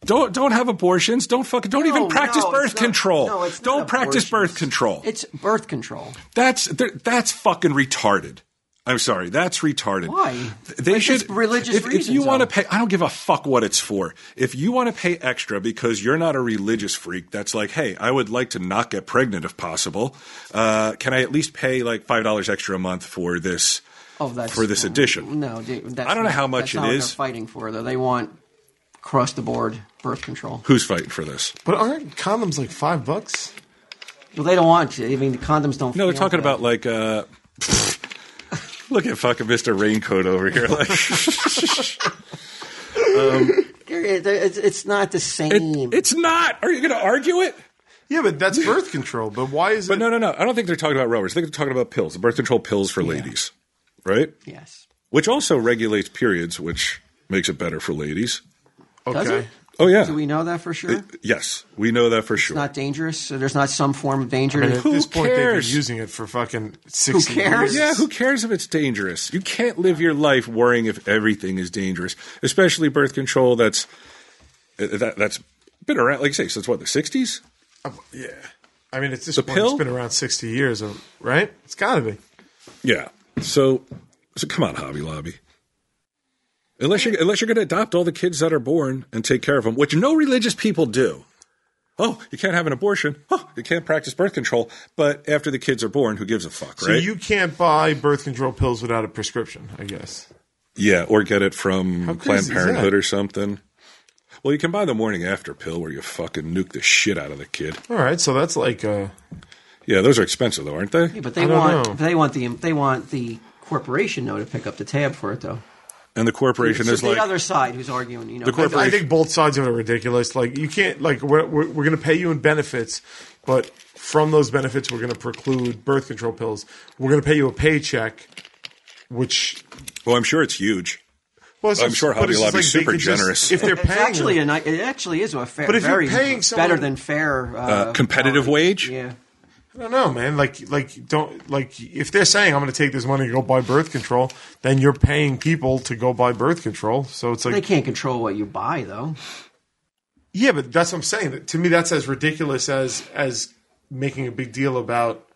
Don't don't have abortions. Don't fucking don't even No, practice no, birth it's not- control. no, it's not don't practice birth abortions. control. It's birth control. That's they're- that's fucking retarded. I'm sorry, that's retarded. Why? Th- They Like, should it's religious If, if you reasons, want to though. pay, I don't give a fuck what it's for. If you want to pay extra because you're not a religious freak, that's like, hey, I would like to not get pregnant if possible. Uh, can I at least pay like five dollars extra a month for this? Oh, that's For this edition. No, they- that's I don't know not- how much that's not it what is. They're fighting for though. They want across the board birth control. Who's fighting for this? But aren't condoms like five bucks? Well, they don't want. I mean, the condoms don't. No, they're feel talking bad. about like. Uh, look at fucking Mister Raincoat over here. Like, It- It's, it's not the same. it, it's not. Are you going to argue it? Yeah, but that's birth control. But why is it? But no, no, no. I don't think they're talking about rubbers. I think they're talking about pills, the birth control pills for ladies, right? yes. Which also regulates periods, which makes it better for ladies. Does okay. it? Oh yeah, Do we know that for sure? yes, we know that for It's sure. not dangerous. So there's not some form of danger. And to- at Who this point, they've cares? been using it for fucking sixty cares? years. yeah, who cares if it's dangerous? You can't live your life worrying if everything is dangerous, especially birth control. That's uh, that, that's been around, like I say, since what the '60s. Yeah. I mean, it's this The point. pill? It's been around sixty years, um, right? It's got to be. Yeah. So, so come on, Hobby Lobby. Unless you're unless you're going to adopt all the kids that are born and take care of them, which no religious people do. Oh, you can't have an abortion. Oh, you can't practice birth control. But after the kids are born, who gives a fuck, So right? you can't buy birth control pills without a prescription, I guess. yeah, or get it from crazy Planned is Parenthood that? or something. Well, you can buy the morning after pill where you fucking nuke the shit out of the kid. All right, so that's like uh, Yeah, those are expensive though, aren't they? Yeah, but they I don't want know. they want the they want the corporation though to pick up the tab for it though. And the corporation It's is like the other side who's arguing. You know, The corporation- I think both sides of it are ridiculous. Like you can't like we're we're, we're going to pay you in benefits, but from those benefits we're going to preclude birth control pills. We're going to pay you a paycheck, which Well, "Oh, I'm sure it's huge. well, it's I'm just- sure but Hobby it's just Lobby's like they super could just- generous. if they're It's paying, actually a ni- it actually is a fair, But if you're very paying someone- better than fair uh, Uh, competitive salary. wage? Yeah, I don't know, man. Like like don't like if they're saying I'm going to take this money to go buy birth control, then you're paying people to go buy birth control. So it's like they can't control what you buy though. Yeah, but that's what I'm saying. That- To me, that's as ridiculous as as making a big deal about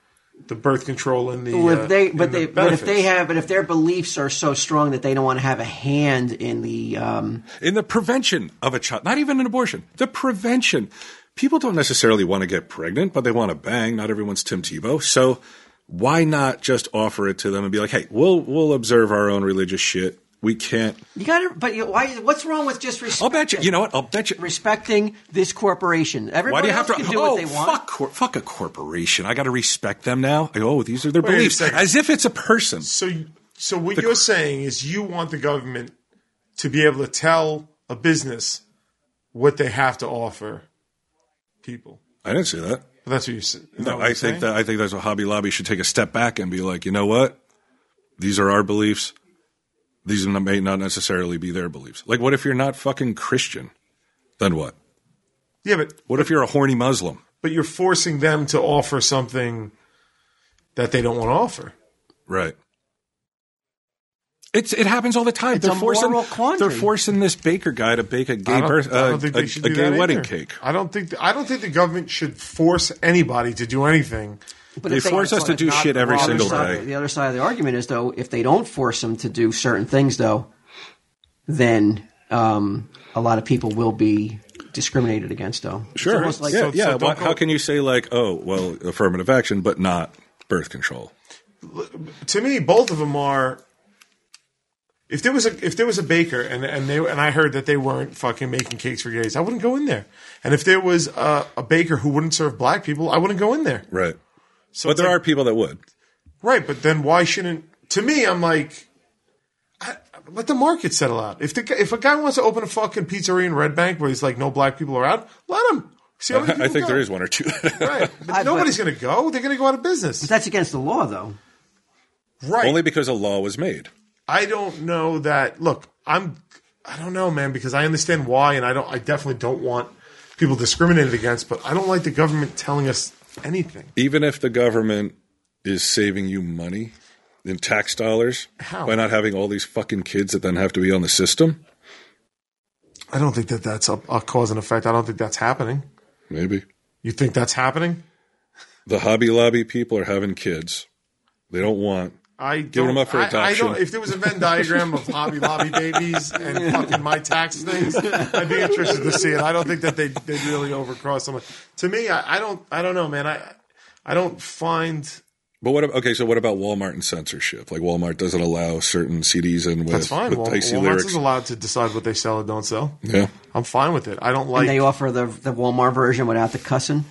the birth control and the. Well, uh, if they, and but the they, but if benefits. they have, but if their beliefs are so strong that they don't want to have a hand in the, um, in the prevention of a child, not even an abortion, the prevention. People don't necessarily want to get pregnant, but they want to bang. Not everyone's Tim Tebow. So why not just offer it to them and be like, hey, we'll, we'll observe our own religious shit. We can't. you got to. But you, why? What's wrong with just I'll respect, bet you. You know what? I'll bet you. respecting this corporation? Everybody Why do you have else to? can do oh, what they want. fuck! Cor- fuck a corporation. I got to respect them now. I go, oh, these are their Wait a beliefs, second. as if it's a person. So, you- so what you're saying is you want the government to be able to tell a business what they have to offer people. I didn't say that. But that's what you're saying. No, I think that I think that's what Hobby Lobby should take a step back and be like, you know what? These are our beliefs. These n- may not necessarily be their beliefs. Like, what if you're not fucking Christian? Then what? Yeah, but What if you're a horny Muslim? but you're forcing them to offer something that they don't want to offer. Right. It's it happens all the time. It's they're a forcing moral quandary. they're forcing this baker guy to bake a I gay don't, birth, I uh, don't think a, they should a do gay that wedding either. cake. I don't think I don't think the government should force anybody to do anything. But They if force us to do not shit the every wrong single side. day. The other side of the argument is though, if they don't force them to do certain things though, then um, a lot of people will be discriminated against though. Sure. almost like- yeah. so- yeah. so Why- don't how go- can you say like, oh, well, affirmative action, but not birth control? to me, both of them are. If there was a if there was a baker and and they and I heard that they weren't fucking making cakes for gays, I wouldn't go in there. And if there was a, a baker who wouldn't serve black people, I wouldn't go in there. Right. So But it's there like- are people that would. right. But then why shouldn't? To me, I'm like, I, let the market settle out. If the guy- if a guy wants to open a fucking pizzeria in Red Bank where he's like no black people are out, let him. See how many I people think go. there is one or two. Right, but I- but- nobody's going to go. They're going to go out of business. That's against the law though. Right. Only because a law was made. I don't know that. Look, I'm. I don't know, man, because I understand why, and I don't. I definitely don't want people discriminated against, but I don't like the government telling us anything. Even if the government is saving you money in tax dollars How? by not having all these fucking kids that then have to be on the system, I don't think that that's a, a cause and effect. I don't think that's happening. maybe. You think that's happening? The Hobby Lobby people are having kids. They don't want. I don't, them up for I- adoption. I, don't. If there was a Venn diagram of Hobby Lobby babies and fucking my tax things, I'd be interested to see it. I don't think that they they really overcross someone. To me, I, I don't. I don't know, man. I I don't find. But what? ab- Okay, so what about Walmart and censorship? Like Walmart doesn't allow certain CDs in with, That's fine. with Wal- dicey Walmart's lyrics. is allowed to decide what they sell or don't sell. yeah, I'm fine with it. I don't like. And they offer the the Walmart version without the cussing.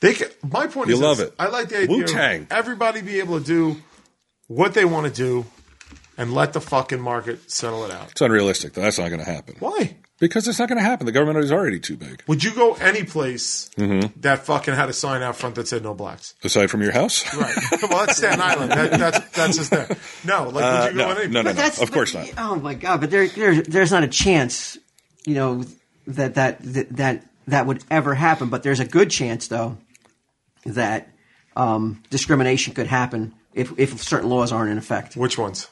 They can, my point You is, love this. it. I like the idea Wu-Tang. of everybody be able to do what they want to do, and let the fucking market settle it out. it's unrealistic. though. That's not going to happen. Why Because it's not going to happen. The government is already too big. would you go any place Mm-hmm. that fucking had a sign out front that said no blacks? Aside from your house, Right. well, that's Staten Island. That, that's that's just there. No, like would you go Uh, no, any? no, no, But no. that's Of course not. Oh my god! But there, there, there's not a chance, you know, that that that that, that would ever happen. But there's a good chance, though, that um, discrimination could happen if if certain laws aren't in effect. Which ones?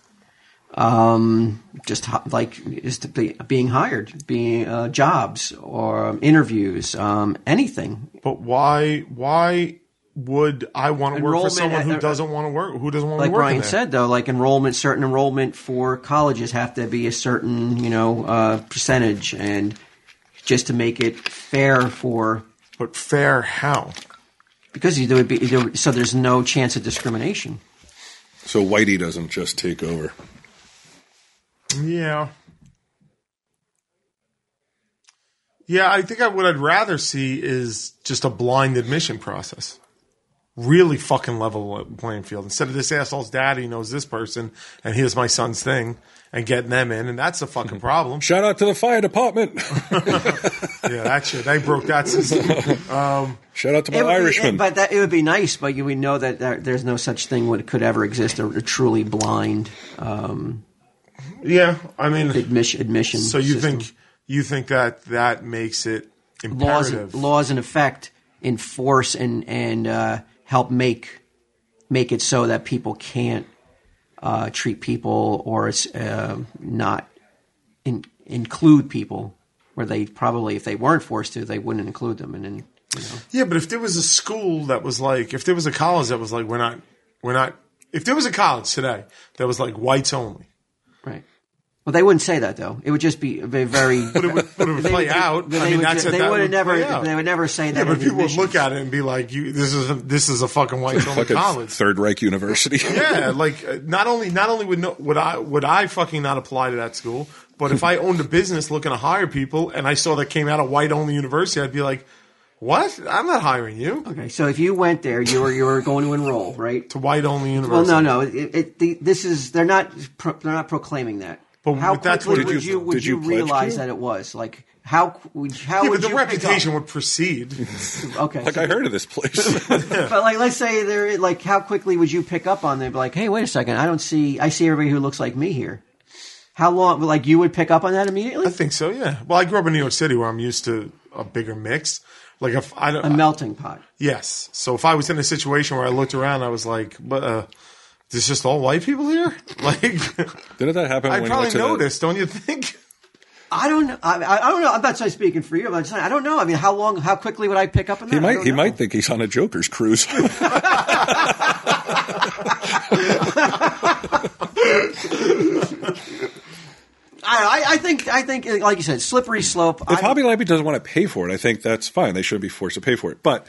Um, just ho- like just be, being hired, being uh, jobs or um, interviews, um, anything. But why? Why would I want to work for Enrollment someone at- who at- doesn't want to work? Who doesn't want Like to work? in Brian there? said, though, like enrollment, certain enrollment for colleges have to be a certain, you know, uh, percentage, and just to make it fair for but fair how? Because you- there would be there, would- so there's no chance of discrimination. So Whitey doesn't just take over. Yeah. Yeah, I think I, what I'd rather see is just a blind admission process. Really fucking level the playing field. Instead of this asshole's daddy knows this person and here's my son's thing and getting them in, and that's a fucking problem. Shout out to the fire department. yeah, that shit. They broke that system. Uh, Shout out to my It would be- Irishman. but that, it would be nice. But you, we know that there, there's no such thing what could ever exist a, a truly blind um, Yeah, I mean, admission. admission so you system. think you think that that makes it laws imperative? laws in effect enforce and and uh, help make make it so that people can't uh, treat people or uh, not in, include people where they probably if they weren't forced to they wouldn't include them and then you know. Yeah, but if there was a school that was like, if there was a college that was like, we're not, we're not. If there was a college today that was like whites only, Right. Well, they wouldn't say that though. It would just be a ve- very. but it would, but it would play out. They I mean, would, that's ju- it. they that would would have never. play out. They would never say that. Yeah, but in people would admissions. look at it and be like, "You, this is a, this is a fucking white only like a college." Third Reich University. Yeah, like uh, not only not only would no, would I would I fucking not apply to that school, but if I owned a business looking to hire people and I saw that came out of white only university, I'd be like, "What? I'm not hiring you Okay, so if you went there, you were you were going to enroll, right? to white only Well, university." no, no. It, it, the, this is they're not pro, they're not proclaiming that. But how that's quickly what it would is, you though. would Did you you pledge realize to? that it was like how would how Yeah, would but the you pick up- reputation would precede. Okay, like I heard of this place. but like let's say there like how quickly would you pick up on them? Like, hey, wait a second, I don't see I see everybody who looks like me here. How long? Like you would pick up on that immediately? I think so. Yeah. Well, I grew up in New York City, where I'm used to a bigger mix. Like if I don't, A melting pot. yes. So if I was in a situation where I looked around, I was like, but uh, There's just all white people here. Like Didn't that happen I when probably you went to noticed, don't you think? I don't. know. I, I I don't know. I'm not speaking for you. I'm not saying, I don't know. I mean, how long? How quickly would I pick up on that? He I might don't he know. might think he's on a Joker's cruise. I, I- I think. I think. Like you said, slippery slope. if I, Hobby Lobby doesn't want to pay for it, I think that's fine. They shouldn't be forced to pay for it. But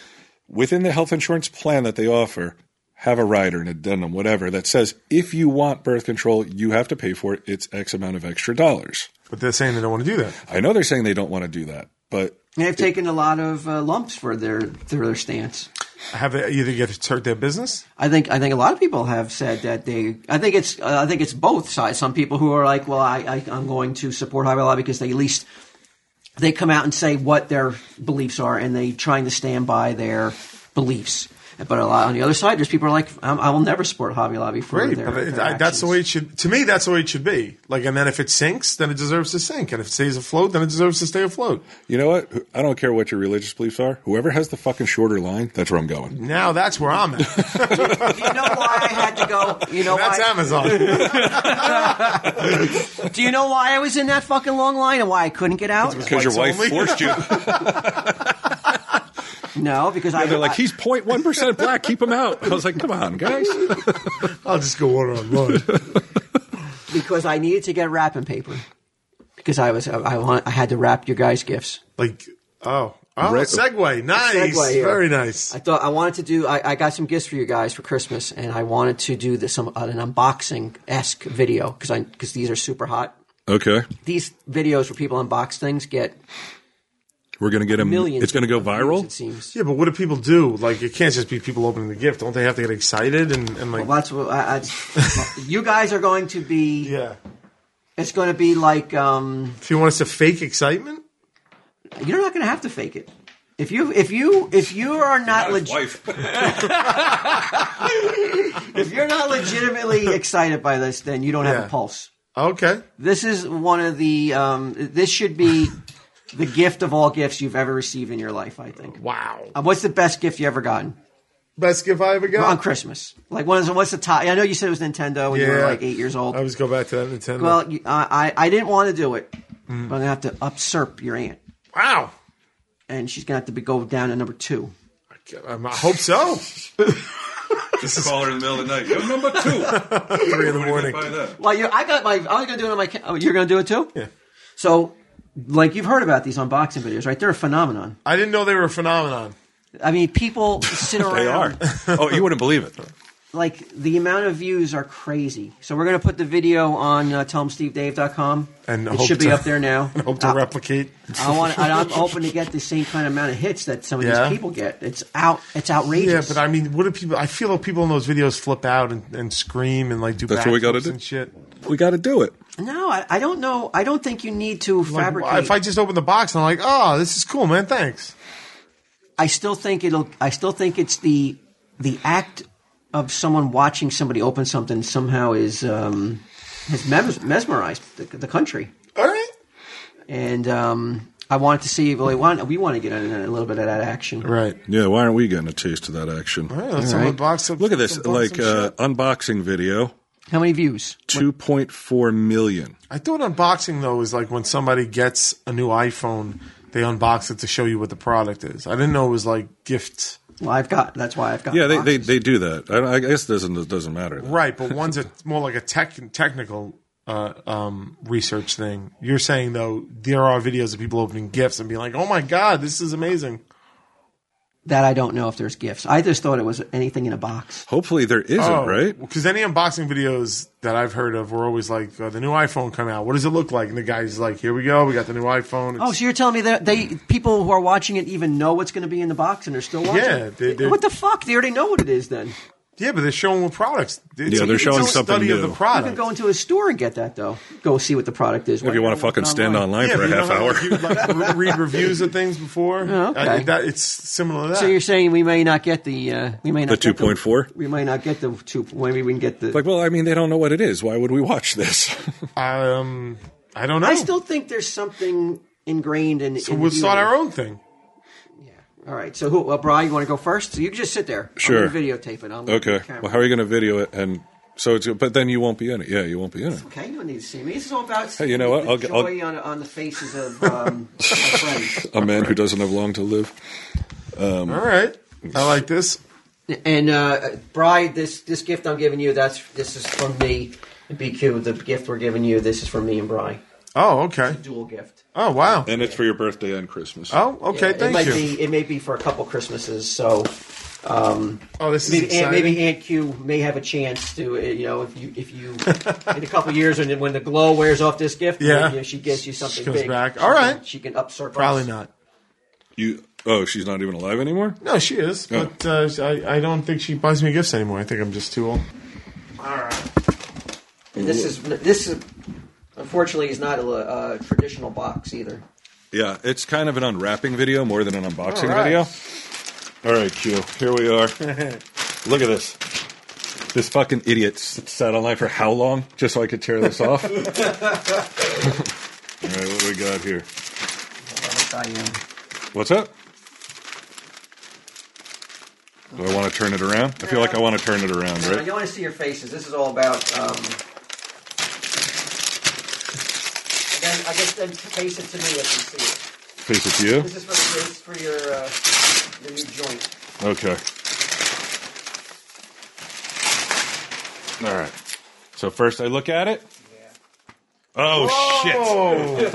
within the health insurance plan that they offer, have a rider, an addendum, whatever that says if you want birth control, you have to pay for it. It's X amount of extra dollars. But they're saying they don't want to do that. I know they're saying they don't want to do that, but they've taken a lot of uh, lumps for their for their stance. Have they either get to hurt their business? I think I think a lot of people have said that they. I think it's uh, I think it's both sides. Some people who are like, well, I, I I'm going to support Hobby Lobby because they at least they come out and say what their beliefs are, and they trying to stand by their beliefs. But a lot on the other side, there's people who are like, i I will never support Hobby Lobby for Great, their. but it, their I, that's the actions." way it should. To me, that's the way it should be. Like, and then if it sinks, then it deserves to sink, and if it stays afloat, then it deserves to stay afloat. you know what? I don't care what your religious beliefs are. Whoever has the fucking shorter line, that's where I'm going. Now that's where I'm at. You know why I had to go? You know That's why? Amazon. Do you know why I was in that fucking long line and why I couldn't get out? Because your wife Whites only. forced you. No, because I. They're like, he's 0.1% black. Keep him out. I was like, come on, guys. I'll just go order online. because I needed to get wrapping paper because I was I, I want I had to wrap your guys' gifts. Like, oh, oh, Right. segue, nice, Segue here. very nice. I thought I wanted to do I, I got some gifts for you guys for Christmas and I wanted to do this some an unboxing esque video because I because these are super hot. Okay. These videos where people unbox things get We're going to get him. millions. It's going to go of views, viral. It seems. Yeah, but what do people do? Like, it can't just be people opening the gift. Don't they have to get excited and, and like, Well, that's what I, I, you guys are going to be. yeah? It's going to be like um, If you want us to fake excitement, you're not going to have to fake it. If you if you if you are not His legit, wife. if you're not legitimately excited by this, then you don't have Yeah. a pulse. okay. This is one of the. Um, this should be the gift of all gifts you've ever received in your life. I think. Wow, Uh, What's the best gift you ever gotten best gift I ever on got. Christmas? Like, what is, what's the top? I know you said it was Nintendo when you were Yeah. like eight years old. I Mm. always go back to that Nintendo. well, you, I I I didn't want to do it, but I'm gonna have to usurp your aunt, wow, and she's gonna have to be, go down to number two. I hope so. Call her in the middle of the night. Yo, number two. Three in the morning. Well, you, I got my. I was gonna do it on my. ca- Oh, you're gonna do it too. Yeah. So, like you've heard about these unboxing videos, right? They're a phenomenon. I didn't know they were a phenomenon. I mean, people sit around. They are. Oh, you wouldn't believe it. Like the amount of views are crazy. So we're gonna put the video on uh, tellmstevedave.com. And it hope should be to- up there now. I hope to I- replicate. I want. and I'm hoping to get the same kind of amount of hits that some of Yeah. these people get. It's out. It's Yeah, outrageous. but I mean, what do people? I feel like people in those videos flip out and, and scream and like do That's what we gotta backflips do. and shit. We got to do it. no, I, I don't know. I don't think you need to Like, fabricate. if I just open the box, I'm like, oh, this is cool, man. Thanks. I still think it'll. I still think it's the the act of someone watching somebody open something somehow is um, has mes- mesmerized the, the country, All right. and um, I wanted to see. Well, we want we want to get in a little bit of that action. Right. Yeah, why aren't we getting a taste of that action? All right. Let's open the box. Look at this, like uh, unboxing video, How many views? two point four million. I thought unboxing though is like when somebody gets a new iPhone, they unbox it to show you what the product is. I didn't know it was like gifts. Well, I've got. That's why I've got. Yeah, they, they boxes. they do that. I, don't- I guess it doesn't it doesn't matter. then. Right, but one's a more like a tech technical uh, um, research thing. You're saying though there are videos of people opening gifts and being like, "Oh my god, this is amazing." that I don't know if there's gifts. I just thought it was anything in a box. Hopefully there isn't. Right? Because Oh, any unboxing videos that I've heard of were always like, uh, "The new iPhone come out. What does it look like?" And the guy's like, "Here we go. We got the new iPhone." Oh, It's- so you're telling me that they people who are watching it even know what's going to be in the box and they're still watching? Yeah, it? they- they- what the fuck? They already know what it is. Then yeah, but they're showing what products. It's Yeah, they're showing it's a something study of new. the you can product. go into a store and get that though. Go see what the product is. If you want to fucking stand online Yeah, for but a you half know how, hour, like, you, like, re- read reviews of things before. Oh, okay. I- that, it's similar to that. So you're saying we may not get the uh, we may not the get two point four. We may not get the two. Maybe we can get the. Like, well, I mean, they don't know what it is. Why would we watch this? um, I don't know. I still think there's something ingrained in. So we'll start our own thing. All right. So who, uh, Bri, you want to go first? So you can just sit there. I'm Sure. gonna videotape it. I'm okay. Well, how are you going to video it and So it's but then you won't be in it. Yeah, you won't be in it. Okay, you don't need to see me. This is all about Hey, you know what? the I'll get- I'll- joy on, on the faces of um, my friends. A man who doesn't have long to live. All right. I like this. And uh, Bride, this this gift I'm giving you, that's this is from me. And BQ, the gift we're giving you, this is from me and Bry. Oh, okay. Dual gift. Oh, wow. And it's for your birthday and Christmas. Oh, okay. it might thank you. be it may be for a couple Christmases, so um, oh, this is maybe Aunt, exciting. maybe Aunt Q may have a chance to uh, you know if you if you in a couple years and when the glow wears off this gift, Yeah. maybe, you know, she gives you something comes big. back. She All can- right. she can up surplus. Probably not. You oh, she's not even alive anymore? No, she is, Oh. but uh, I, I don't think she buys me gifts anymore. I think I'm just too old. And this is this is unfortunately is not a, uh traditional box either. Yeah, it's kind of an unwrapping video more than an unboxing All right. video. All right, Q. Here we are. Look at this. This fucking idiot s- sat online for how long just so I could tear this off? All right, what do we got here? Diane. What's up? Do I want to turn it around? I feel like I want to turn it around, I right? don't want to see your faces. This is all about. Um, then I guess then face it to me if you see it. Face it to you. This is for the this is for your uh, your new joint. Okay. All right. So first I look at it. Oh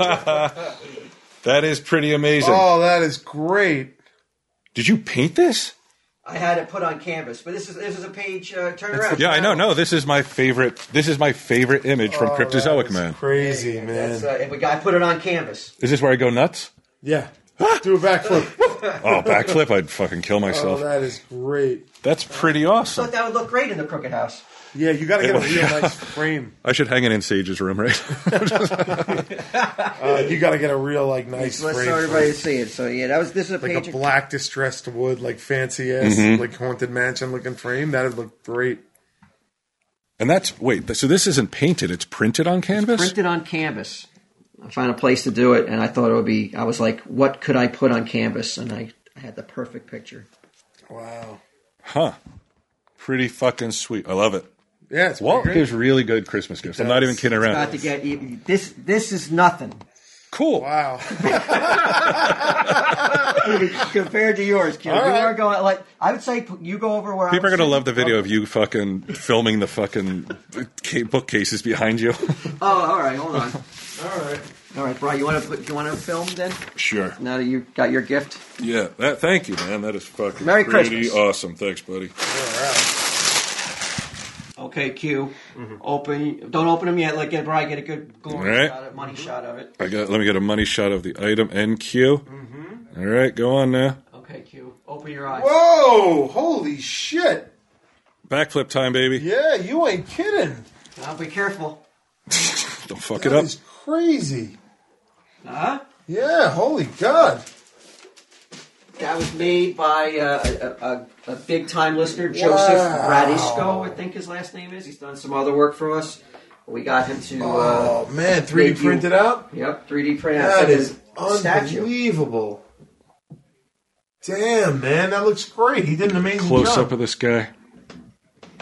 Oh, shit! That is pretty amazing. oh, that is great. Did you paint this? I had it put on canvas, but this is this is a page uh, turn around. Yeah, I know. No, this is my favorite. This is my favorite image from Cryptozoic That's Man. Crazy, man. That's, uh, and we got I put it on canvas. Is this where I go nuts? yeah. Do a backflip. Oh, backflip! I'd fucking kill oh, myself. that is great. That's Uh, pretty I awesome. thought that would look great in the crooked house. Yeah, you got to get a was- real nice frame. I should hang it in Sage's room, right? Uh, you got to get a real like nice frame. for it. see it. So yeah, that was this is a Like a black distressed wood, like fancy ass, like haunted mansion looking frame. That would look great. and that's wait. th- So this isn't painted; it's printed on canvas. printed on canvas. I found a place to do it, and I thought it would be. I was like, "What could I put on canvas?" And I, I had the perfect picture. Wow. Huh? Pretty fucking sweet. I love it. Yeah, it's Walt pretty gives great. really good Christmas gifts. I'm not even kidding around. About to get even- this. This is nothing Cool. Wow. compared to yours, Q. you right. are going like I would say you go over where People I was are gonna sitting. love the video of you fucking filming the fucking ca- bookcases behind you. Oh, all right, hold on. All right. All right, Brian, you want to you want to film then? sure. Now that you got your gift, Yeah. That. Thank you, man. That is fucking Merry pretty Christmas. awesome. Thanks, buddy. okay, Q. Open. Don't open them yet. Like get Brian get a good glory All right. shot, of, money Mm-hmm. shot of it. I got. Let me get a money shot of the item NQ. All right, go on uh, now. Okay, Q. Open your eyes. Whoa! Holy shit! Backflip time, baby. Yeah, you ain't kidding. Now be careful. Don't fuck it That up. is crazy. Huh? Yeah, holy god. That was made by uh, a, a, a big time listener, Joseph Wow. Radisko, I think his last name is. He's done some other work for us. We got him to. Oh man, 3D Thank you. printed out? Uh, yep, 3D print. out That is his statue. unbelievable. Damn, man, that looks great. He did an amazing Close job. up of this guy.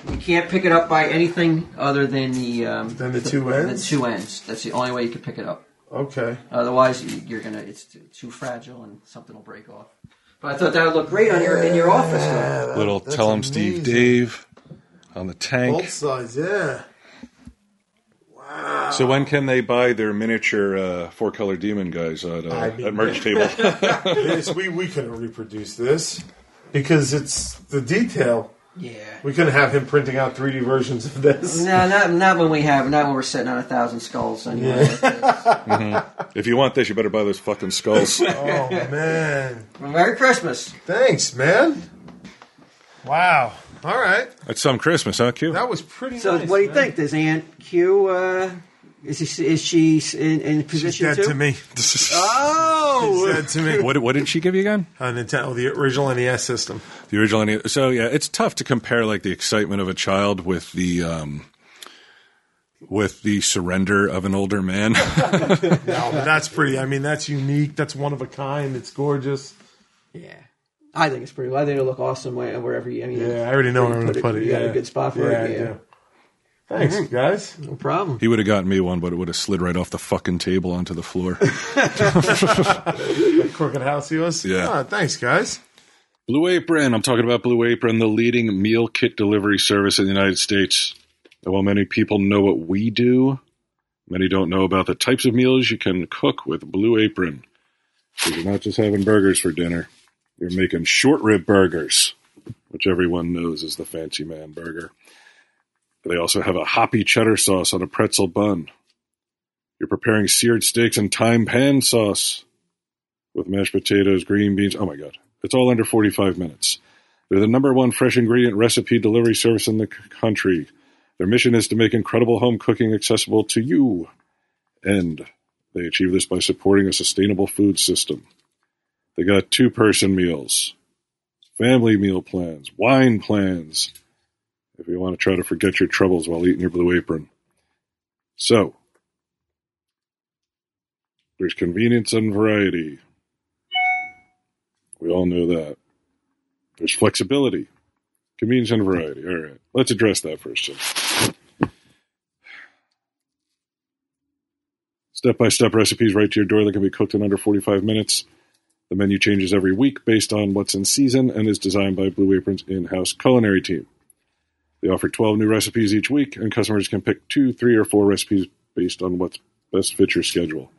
You can't pick it up by anything other than the um, Than the two the ends? two ends. That's the only way you can pick it up. Okay. Otherwise, you- you're gonna it's too, too fragile and something will break off. But I thought that would look great on your in your office. Though. Little tell him Steve Dave on the tank. Both sides, yeah. Wow. So when can they buy their miniature uh, four color demon guys at, uh, I mean- at merch table? this, we, we couldn't reproduce this because it's the detail. Yeah. We couldn't have him printing out 3D versions of this. No, not not when we have not when we're sitting on a thousand skulls anyway. if you want this, you better buy those fucking skulls. Oh, man. Merry Christmas. Thanks, man. Wow. All right. That's some Christmas, huh, Q? That was pretty So, nice. what do you man. think? Does Aunt Q uh, is she, is she in, in She's position dead to? to me. She's Oh, dead to me. what, what did she give you again? On Nintendo, the original NES system. The original. NES. So yeah, it's tough to compare like the excitement of a child with the um, with the surrender of an older man. No, but that's pretty. I mean, that's unique. That's one of a kind. It's gorgeous. yeah. I think it's pretty. I think it'll look awesome where- wherever you. I mean, Yeah, I already know where I'm put going to it- put it. you yeah. got a good spot for yeah, it, I yeah. Mm-hmm. do. Thanks, guys. No problem. He would have gotten me one, but it would have slid right off the fucking table onto the floor. Crooked House US. Yeah. Ah, thanks, guys. Blue Apron. I'm talking about Blue Apron, the leading meal kit delivery service in the United States. And while many people know what we do, many don't know about the types of meals you can cook with Blue Apron. So you're not just having burgers for dinner, you're making short rib burgers, which everyone knows is the fancy man burger. They also have a hoppy cheddar sauce on a pretzel bun. You're preparing seared steaks and thyme pan sauce with mashed potatoes, green beans. Oh my God. It's all under 45 minutes. They're the number one fresh ingredient recipe delivery service in the c- country. Their mission is to make incredible home cooking accessible to you. And they achieve this by supporting a sustainable food system. They got two person meals, family meal plans, wine plans, if you want to try to forget your troubles while eating your blue apron. So, there's convenience and variety. We all know that. There's flexibility, convenience, and variety. All right, let's address that first. Jim. Step-by-step recipes right to your door that can be cooked in under 45 minutes. The menu changes every week based on what's in season and is designed by Blue Apron's in-house culinary team. They offer 12 new recipes each week, and customers can pick two, three, or four recipes based on what's best fits your schedule.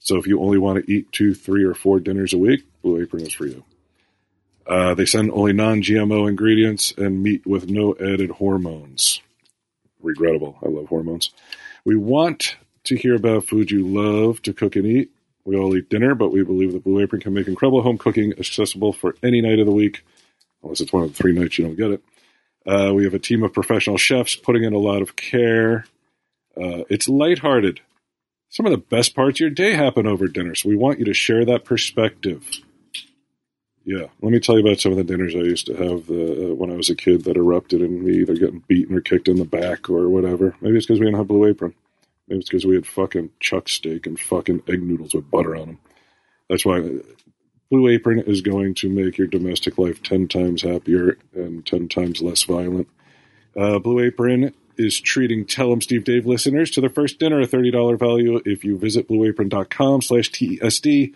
So if you only want to eat two, three, or four dinners a week, Blue Apron is for you. Uh, they send only non GMO ingredients and meat with no added hormones. Regrettable. I love hormones. We want to hear about food you love to cook and eat. We all eat dinner, but we believe that Blue Apron can make incredible home cooking accessible for any night of the week, unless it's one of the three nights you don't get it. Uh, we have a team of professional chefs putting in a lot of care. Uh, it's lighthearted some of the best parts of your day happen over dinner. So we want you to share that perspective. Yeah, let me tell you about some of the dinners I used to have uh, when I was a kid that erupted in me either getting beaten or kicked in the back or whatever. Maybe it's because we didn't have blue apron. Maybe it's because we had fucking chuck steak and fucking egg noodles with butter on them. That's why uh, Blue Apron is going to make your domestic life 10 times happier and 10 times less violent. Uh, Blue Apron is treating Tell 'em Steve Dave listeners to their first dinner a $30 value if you visit blueapron.com slash E TESD.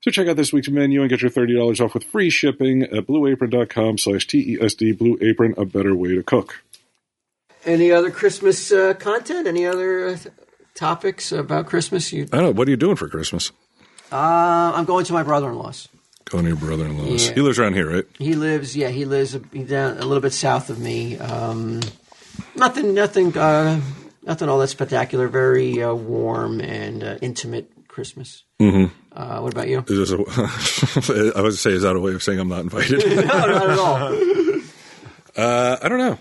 So check out this week's menu and get your $30 off with free shipping at blueapron.com slash TESD. Blue Apron, a better way to cook. Any other Christmas uh, content? Any other uh, th- topics about Christmas? You, I don't know. What are you doing for Christmas? uh, I'm going to my brother-in-law's. Going to your brother in law's. Yeah. He lives around here, right? He lives, yeah, he lives a, he down a little bit south of me. Um, nothing, nothing, uh, nothing all that spectacular. Very uh, warm and uh, intimate Christmas. Mm-hmm. Uh, what about you? Is this a, I was going to say, is that a way of saying I'm not invited? No, not at all. uh, I don't know.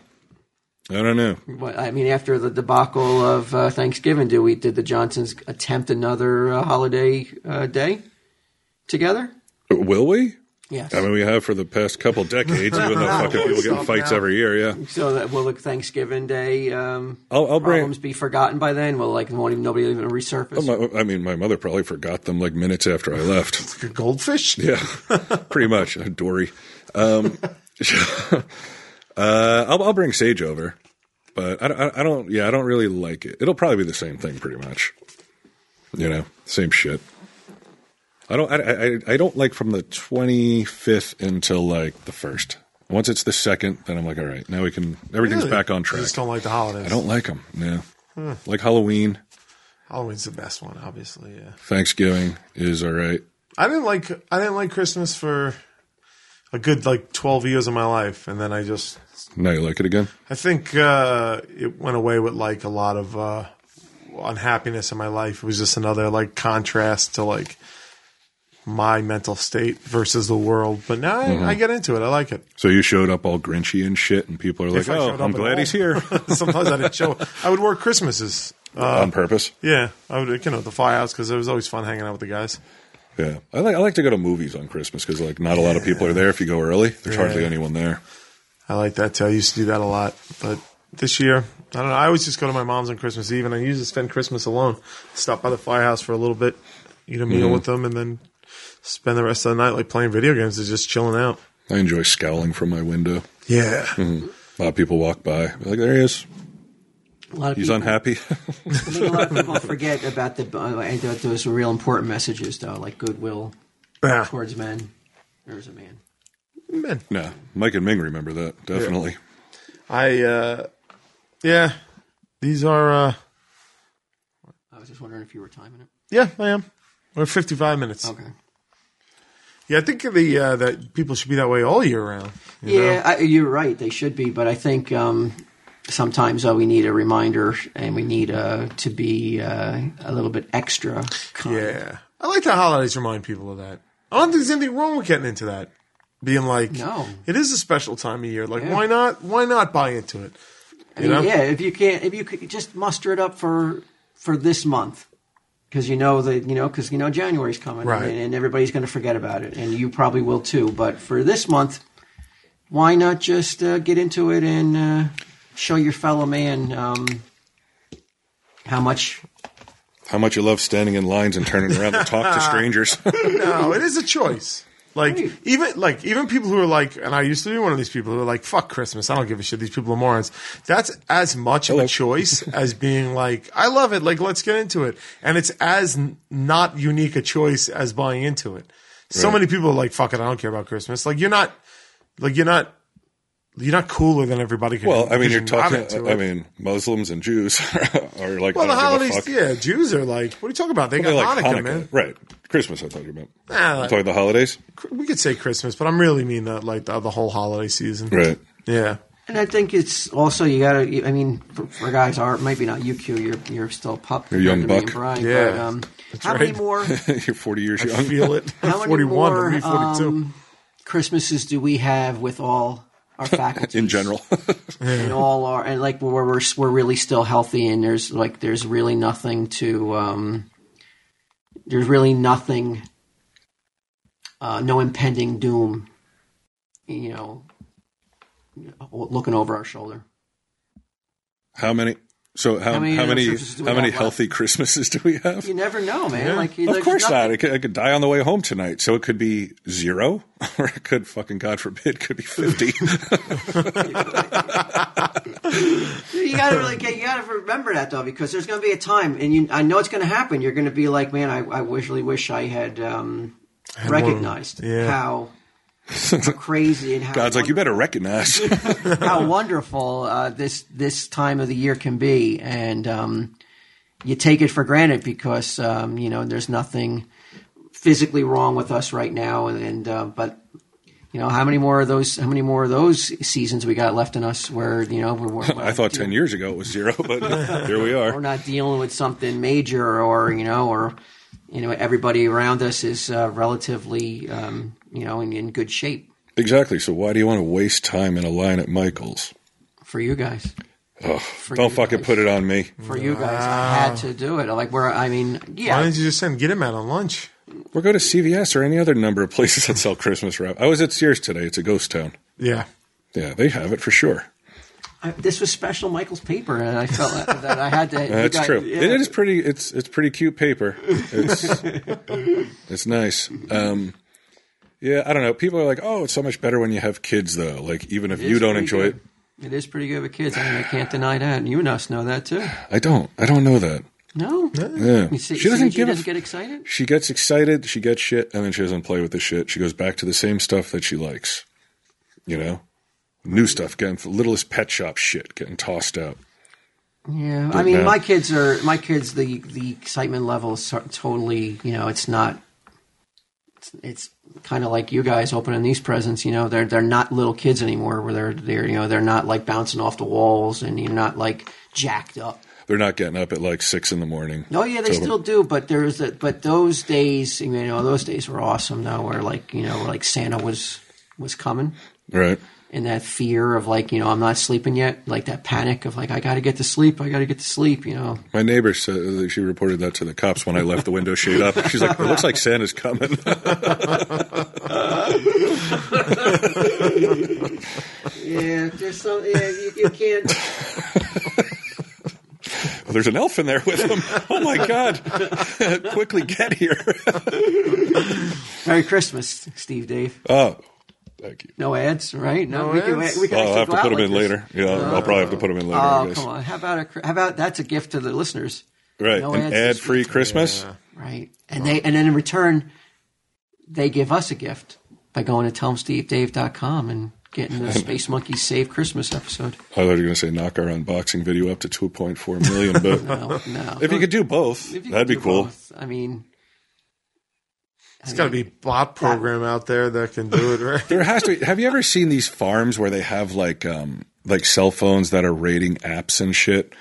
I don't know. But, I mean, after the debacle of uh, Thanksgiving, do we did the Johnsons attempt another uh, holiday uh, day together? Will we? Yes. I mean, we have for the past couple decades, even though fucking people get in fights every year. Yeah, so that will the Thanksgiving Day um, I'll, I'll bring. problems be forgotten by then? Will like won't even nobody even resurface? Oh, My, I mean, my mother probably forgot them like minutes after I left. Good goldfish. Yeah, pretty much. A Dory. Um, uh, I'll, I'll bring Sage over, but I, don't- I, I don't. Yeah, I don't really like it. It'll probably be the same thing, pretty much. You know, same shit. I don't. I, I, I don't like from the twenty fifth until like the first. Once it's the second, then I'm like, all right, now we can. Everything's Really? back on I track. just Hmm. don't like the holidays. I don't like them. Yeah, like Halloween, Halloween's the best one, obviously. Yeah. Thanksgiving is all right. I didn't like I didn't like Christmas for a good like twelve years of my life, and then I just Now you like it again. I think uh, it went away with like a lot of uh, unhappiness in my life. It was just another like contrast to like my mental state versus the world. But now I, I get into it. I like it. So you showed up all Grinchy and shit, and people are like, I "Oh, showed up I'm at glad all." he's here." Sometimes I didn't show. I would work Christmases. on purpose. Yeah, I would you know at the firehouse because it was always fun hanging out with the guys. Yeah, I like I like to go to movies on Christmas because like not a lot of people are there. If you go early, there's hardly anyone there. I like that too. I used to do that a lot, but this year I don't know. I always just go to my mom's on Christmas Eve, and I usually spend Christmas alone. Stop by the firehouse for a little bit, eat a meal with them, and then spend the rest of the night like playing video games and just chilling out. Mm. I enjoy scowling from my window. Yeah, A lot of people walk by, Be like there he is. A lot of He's people, unhappy. I think a lot of people forget about the. Uh, I thought there was some real important messages though, like goodwill Yeah. towards men. There's a man. Man. no, Mike and Ming remember that definitely. I uh yeah. These are uh I was just wondering if you were timing it. yeah, I am. We're 55 minutes. Okay. Yeah, I think the uh, that people should be that way all year round. Yeah, I, you're right. They should be, but I think um, sometimes uh, we need a reminder and we need uh, to be uh, a little bit extra. Kind. Yeah. I like the holidays remind people of that. I don't think there's anything wrong with getting into that. Being like, No. it is a special time of year. Like, why not? Why not buy into it? I You mean, know? yeah. If you can't, if you could just muster it up for for this month, because you know that you know because you know January's coming, Right. and, and everybody's going to forget about it, and you probably will too. But for this month, why not just uh, get into it and uh, show your fellow man um, how much How much you love standing in lines and turning around to talk to strangers. No, it is a choice. Like Right. even like even people who are like, and I used to be one of these people who are like, "Fuck Christmas, I don't give a shit." These people are morons. That's as much of a choice as being like, "I love it, like let's get into it," and it's as n- not unique a choice as buying into it. So many people are like, "Fuck it, I don't care about Christmas." Like you're not, like you're not, you're not cooler than everybody. Can well, I mean, because you're not talking. into I it. mean, Muslims and Jews are like. well, the I don't give holidays, a fuck. yeah, Jews are like, "What are you talking about?" They They're got like Hanukkah, Hanukkah, man. right? Christmas. I thought you meant. Ah, I'm talking the holidays, we could say Christmas, but I'm really mean that like the, the whole holiday season. right? Yeah. And I think it's also you got to. I mean, for, for guys are maybe not UQ. You're you're still a pup. You're a young compared to me buck. and Brian, Yeah, But, um, how many right. more? You're 40 years young. Feel it. How many 41, more, maybe 42. um, Christmases do we have with all our faculties in general. and all our and like where we're we're really still healthy and there's like there's really nothing to um, there's really nothing uh, no impending doom. You know, looking over our shoulder. how many? So how, How how many many how many, Christmases do we have left? healthy Christmases do we have? You never know, man. Like, you, of like, course nothing- not. It could, I could die on the way home tonight, so it could be zero, or it could fucking God forbid could be fifty. You gotta really get. You gotta remember that though, because there's gonna be a time, and you, I know it's gonna happen. You're gonna be like, man, I, I wish- really wish I had um, recognized yeah. how, how crazy and how God's like, you better recognize. how wonderful uh, this this time of the year can be, and um, you take it for granted because um, you know there's nothing physically wrong with us right now, and, and uh, but you know how many more of those how many more of those seasons we got left in us where you know we're, we're I thought ten years ago it was zero, but here we we're are. not dealing with something major or you know or you know everybody around us is uh, relatively um, you know in, in good shape Exactly. So why do you want to waste time in a line at Michaels? for you guys. Don't fucking put it on me. for you guys. I had to do it. Like where I mean, Why yeah, didn't you just send get him out on lunch? Or go to CVS or any other number of places that sell Christmas wrap. I was at Sears today. It's a ghost town. Yeah. Yeah, they have it for sure. I, this was special Michael's paper, and I felt that, that I had to. you That's guys- Uh, true. yeah. It is pretty. It's it's pretty cute paper. It's it's nice. Um, yeah, I don't know. People are like, oh, it's so much better when you have kids, though. Like even if It you is don't pretty enjoy good. It is pretty good with kids. I, mean, I can't deny that, and you and us know that too. it, I don't. I don't know that. No, Yeah, You see, she doesn't see, give. a doesn't f- get excited. she gets excited. She gets shit, and then she doesn't play with the shit. She goes back to the same stuff that she likes. You know, new stuff. Getting littlest pet shop shit getting tossed out. Yeah, I mean, no. my kids are my kids. The the excitement level is so- totally. You know, it's not. It's, it's kind of like you guys opening these presents. You know, they're they're not little kids anymore. Where they're they're you know they're not like bouncing off the walls, and you're not like jacked up. They're not getting up at like six in the morning. No, yeah, they still do, but there's a, but those days, you know, those days were awesome though, where like you know, where, like Santa was was coming, Right. and that fear of like you know, I'm not sleeping yet, like that panic of like I got to get to sleep, I got to get to sleep, you know. My neighbor said that she reported that to the cops when I left the window shade up. She's like, "It looks like Santa's coming." Yeah, there's some. Yeah, you, you can't. There's an elf in there with him. Oh my god! Quickly get here. Merry Christmas, Steve Dave. Oh, Thank you. No ads, right? No, No we can, ads? we can I'll actually have go to out put them like in this. later. Yeah, I'll probably have to put them in later. I Oh, guess. come on! How about a? cr- How about that's a gift to the listeners, Right, No ads an this ad-free Christmas. right? And Oh. they and then in return, they give us a gift by going to tellemstevedave.com and getting the Space Monkey Save Christmas episode. I thought you were going to say knock our unboxing video up to 2.4 million, but No, no. if you could do both, If you that'd could be do cool. both, I mean, It's got to be bot program out there that can do it, right? There has to. be. Have you ever seen these farms where they have like um like cell phones that are rating apps and shit?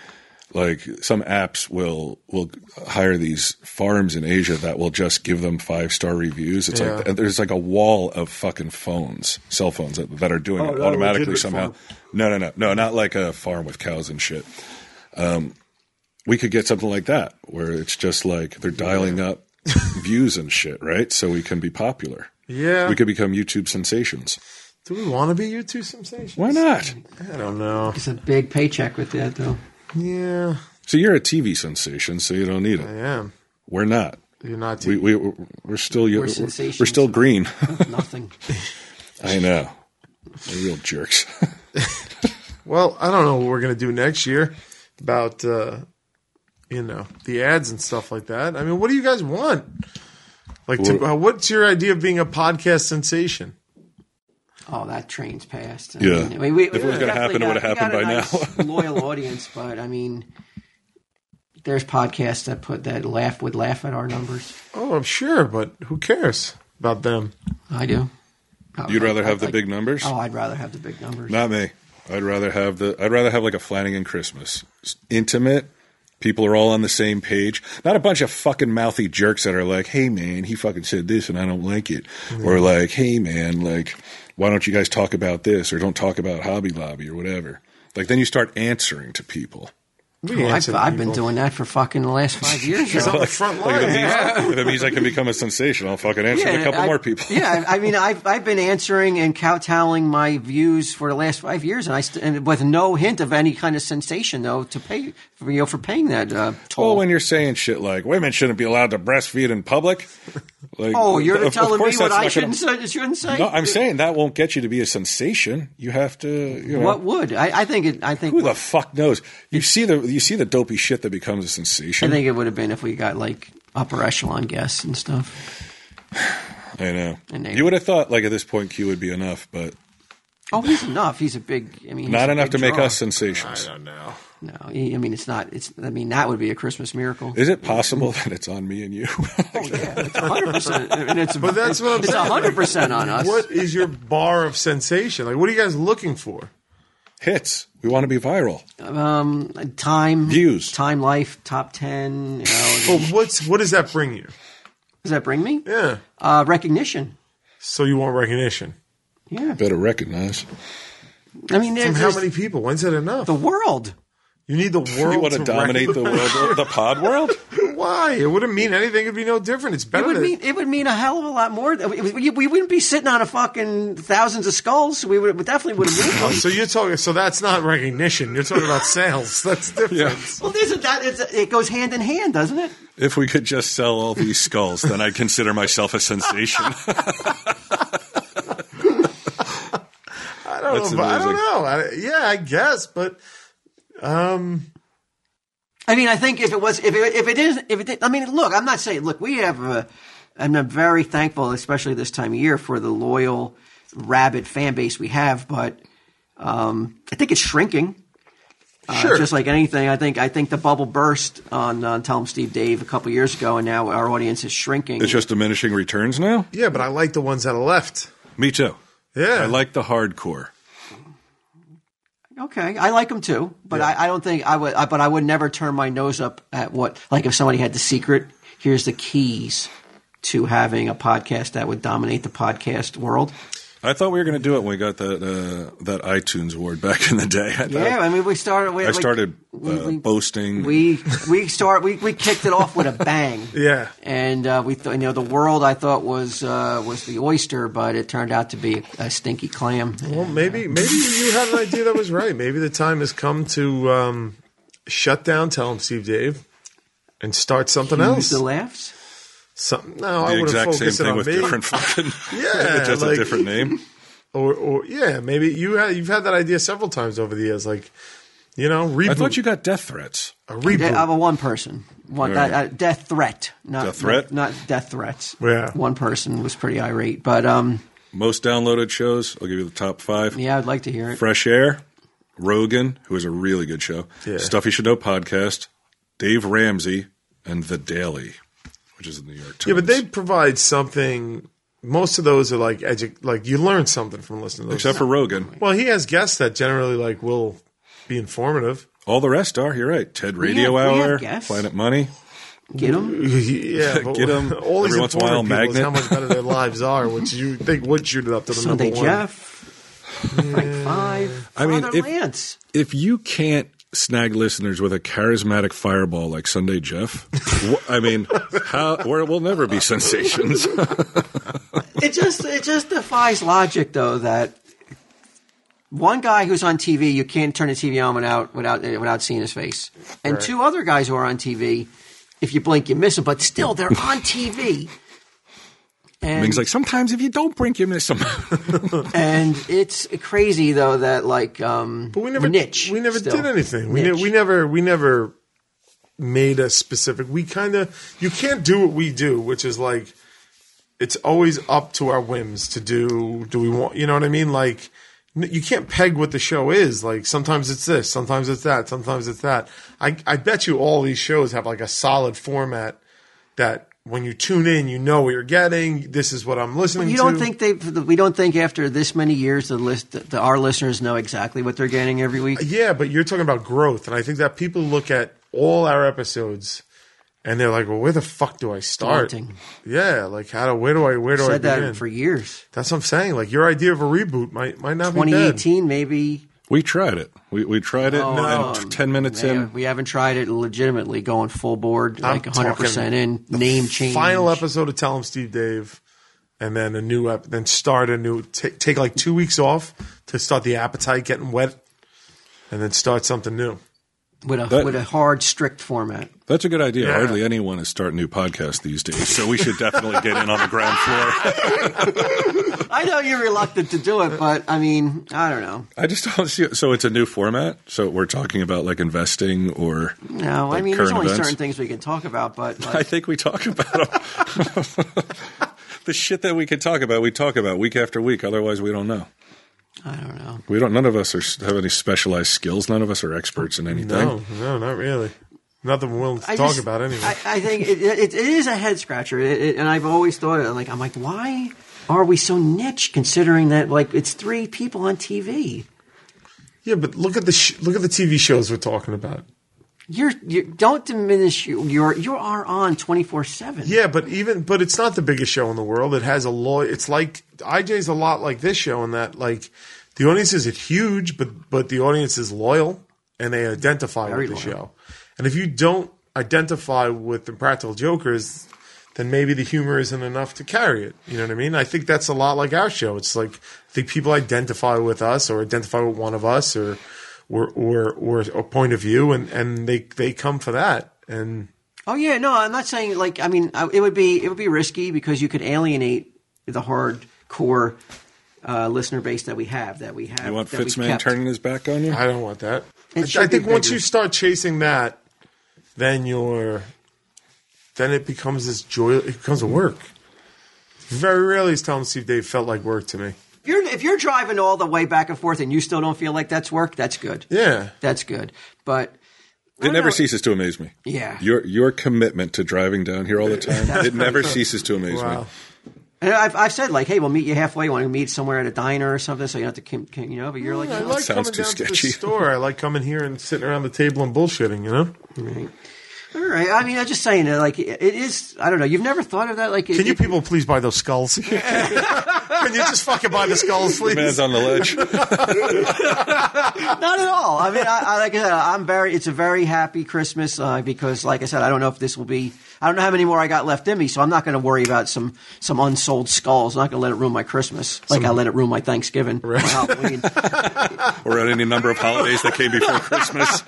Like some apps will will hire these farms in Asia that will just give them five star reviews. It's like Yeah. there's like a wall of fucking phones, cell phones that, that are doing it Oh, not a automatically legitimate somehow. farm. No, no, no, no, not like a farm with cows and shit. Um, we could get something like that where it's just like they're dialing up views and shit, right? So we can be popular. Yeah. We could become YouTube sensations. do we want to be YouTube sensations? Why not? I don't know. it's a big paycheck with that, though. Yeah, So you're a TV sensation, so you don't need I it. am. We're not. You're not. We we we're still we're, we're sensations. still green. Nothing. I know. We're real jerks. well, I don't know what we're gonna do next year about uh, you know the ads and stuff like that. I mean, what do you guys want? Like, to, What- uh, what's your idea of being a podcast sensation? Oh, that train's passed. I Yeah. mean, I mean, we, If it was gonna happen, it would've happened by now. loyal audience, but I mean, there's podcasts that put that laugh would laugh at our numbers. Oh, I'm sure, but who cares about them? I do. Oh, You'd I- rather I'd have the like- big numbers? Oh, I'd rather have the big numbers. Not me. I'd rather have the I'd rather have like a Flanagan Christmas. It's intimate. People are all on the same page. Not a bunch of fucking mouthy jerks that are like, "Hey man, he fucking said this and I don't like it." Or like, "Hey man, like why don't you guys talk about this or don't talk about Hobby Lobby or whatever?" Like then you start answering to people. We I've, answer the I've been people. doing that for fucking the last five years. It's though. on the front Like line. if it, means, if it means I can become a sensation, I'll fucking answer to a couple I- more people. yeah, I mean, I've I've been answering and kowtowing my views for the last five years, and I st- and with no hint of any kind of sensation though to pay for, you know for paying that uh, toll. Well, when you're saying shit like women shouldn't be allowed to breastfeed in public, like oh, you're of- of telling me course what that's I not gonna- shouldn't say, shouldn't say. No, I'm saying that won't get you to be a sensation. You have to. You know, what would I, I think? It, I think who the fuck knows? You see the you see the dopey shit that becomes a I sensation. think it would have been if we got like upper echelon guests and stuff. I know. And they- you would have thought like at this point Q would be enough, but Oh, he's enough. He's a big. I mean, he's not a enough big to make draw. us sensations. I don't know. No, he- I mean it's not. It's. I mean that would be a Christmas miracle. Oh, Is it possible that it's on me and you? Hundred percent, and it's. But that's what I'm it's saying. hundred percent on us. What is your bar of sensation? Like, what are you guys looking for? Hits. We want to be viral. um, time Views. time life top ten. You know, Well, what's what does that bring you? does that bring me Yeah. uh, recognition? So you want recognition Yeah, Better recognize. I mean, there's, from how there's many people? When's that enough? the world. you need the world. You want to dominate the world, the pod world? the Why? It wouldn't mean anything. It'd be no different. It's It better. would than, mean it would mean a hell of a lot more. It would- We, we wouldn't be sitting on a fucking thousands of skulls. We would we definitely would have moved. Oh, them. so you're talking. So that's not recognition. You're talking about sales. That's different. Well, isn't that it's, it goes hand in hand, doesn't it? If we could just sell all these skulls, then I'd consider myself a sensation. I don't That's know. But I don't amazing. know. I, yeah, I guess. But I mean, I think if it was, if it, if it is, if it, did, I mean, look, I'm not saying, look, we have, a, and I'm very thankful, especially this time of year, for the loyal, rabid fan base we have. But um, I think it's shrinking. Uh, sure. Just like anything, I think I think the bubble burst on uh, Tell 'em Steve Dave a couple years ago, and now our audience is shrinking. it's just diminishing returns now. yeah, but I like the ones that are left. Me too. Yeah. I like the hardcore. Okay, I like them too, but I, I don't think I would. I, but I would never turn my nose up at what, like, if somebody had the secret. Here's the keys to having a podcast that would dominate the podcast world. I thought we were going to do it when we got that uh, that iTunes award back in the day. I, thought- Yeah, I mean, we started. We, I started We, uh, we, boasting. we we start. We, we kicked it off with a bang. Yeah. and uh, we thought you know the world I thought was uh, was the oyster, but it turned out to be a, a stinky clam. Well, maybe maybe you had an idea that was right. Maybe the time has come to um, shut down. Tell him, Steve, Dave, and start something Use else. the laughs. Some, no, I the would have exact same focused it thing on with me. different fucking. Yeah, just a like- different name. or or yeah, maybe you had, you've had that idea several times over the years. Like, you know, reboot I thought you got death threats. a De- reboot. I'm a Uh, one person. One All right. uh, death threat, not Death threat? not, not death threats. Yeah. one person was pretty irate, but um, Most downloaded shows. I'll give you the top five. yeah, I'd like to hear it. Fresh Air, Rogan, who is a really good show, Yeah. Stuff You Should Know podcast, Dave Ramsey, and The Daily, which is the New York Times. Yeah, but they provide something. Most of those are like edu- like you learn something from listening to those. except for Rogan, well, he has guests that generally like will be informative. all the rest are. You're right. TED Radio have- we have Hour, guests. Planet Money. Get them. yeah, but Get 'em all these every once in a while, informative people is magnet. how much better their lives are, which you think would shoot it up to the Sunday number one. Jeff, Frank Five, I mean, Father if- Lance. If you can't snag listeners with a charismatic fireball like Sunday Jeff, wh- I mean, how, where we'll never be sensations. It just it just defies logic though that one guy who's on TV you can't turn the TV on without without without seeing his face, and two other guys who are on TV, if you blink you miss them, but still they're on TV. And Ming's like, sometimes if you don't brink, you miss them. And it's crazy though that like um But we never niche. We never still. did anything. We, ne- Niche. we never we never made a specific. We kind of you can't do what we do, which is like it's always up to our whims to do. Do we want? You know what I mean? Like n- you can't peg what the show is. Like sometimes it's this, sometimes it's that, sometimes it's that. I I bet you all these shows have like a solid format that when you tune in, you know what you're getting. This is what I'm listening You to. don't think they? We don't think after this many years, the list, the, our listeners know exactly what they're getting every week. Yeah, but you're talking about growth, and I think that people look at all our episodes and they're like, "Well, where the fuck do I start?" Daunting. Yeah, like how do where do I where do Said I that begin? for years. That's what I'm saying. Like your idea of a reboot might might not be bad. 2018, maybe Um, we tried it. We, we tried it, Oh, and t- 10 minutes Yeah, in, we haven't tried it legitimately going full board, I'm like 100% in, name change. Final episode of Tell 'em Steve Dave, and then a new ep- then start a new ta- take like two weeks off to start the appetite getting wet, and then start something new. with, a, That- with a hard, strict format. That's a good idea. Yeah. Hardly anyone is starting new podcasts these days, so we should definitely get in on the ground floor. I know you're reluctant to do it, but I mean, I don't know. I just don't see. So it's a new format. So we're talking about like investing, or No, I Like mean, there's current only events? certain things we can talk about, but I like, think we talk about 'em. the shit that we could talk about. We talk about week after week. Otherwise, we don't know. I don't know. We don't. None of us are, have any specialized skills. None of us are experts in anything. No, no, not really. Nothing we're willing to I talk just- about anyway. I, I think it, it, it is a head scratcher, It- it- and I've always thought it. Like, I'm like, why are we so niche considering that like it's three people on TV? yeah, but look at the sh- look at the TV shows we're talking about. You're you don't diminish you. You're you are on 24 seven. Yeah, but even but it's not the biggest show in the world. It has a law. It's like IJ's a lot like this show in that like the audience isn't huge, but but the audience is loyal and they identify Very with the loyal. show. And if you don't identify with Impractical Jokers, then maybe the humor isn't enough to carry it. You know what I mean? I think that's a lot like our show. It's like I think people identify with us or identify with one of us or or or or a point of view, and and they they come for that and. Oh yeah, no, I'm not saying like I mean I, it would be it would be risky because you could alienate the hardcore uh, listener base that we have that we have. You want that we've Fitzman kept. turning his back on you? I don't want that. It I, should I think be once bigger. you start chasing that, then you're, then it becomes this joy. It becomes a work. Very rarely is Tom Steve Dave felt like work to me. If you're if you're driving all the way back and forth and you still don't feel like that's work, that's good. Yeah, That's good. But It never know. ceases to amaze me. Yeah. Your your commitment to driving down here all the time. it never ceases to amaze me. wow. and I've, I've said like, hey, we'll meet you halfway. Want to meet somewhere at a diner or something, so you don't have to come- come- you know. But you're like, I no. like "Oh, sounds coming too down to sketchy. the store. I like coming here and sitting around the table and bullshitting. You know? Right. All right. I mean, I'm just saying that, like, it is, I don't know. You've never thought of that? Like, Can you people please buy those skulls? Can you just fucking buy the skulls, please? Man's on the ledge. not at all. I mean, I, I, like I said, I'm very, it's a very happy Christmas uh, because, like I said, I don't know if this will be, I don't know how many more I got left in me, so I'm not going to worry about some, some unsold skulls. I'm not going to let it ruin my Christmas like I let it ruin my Thanksgiving, my Halloween. or at any number of holidays that came before Christmas.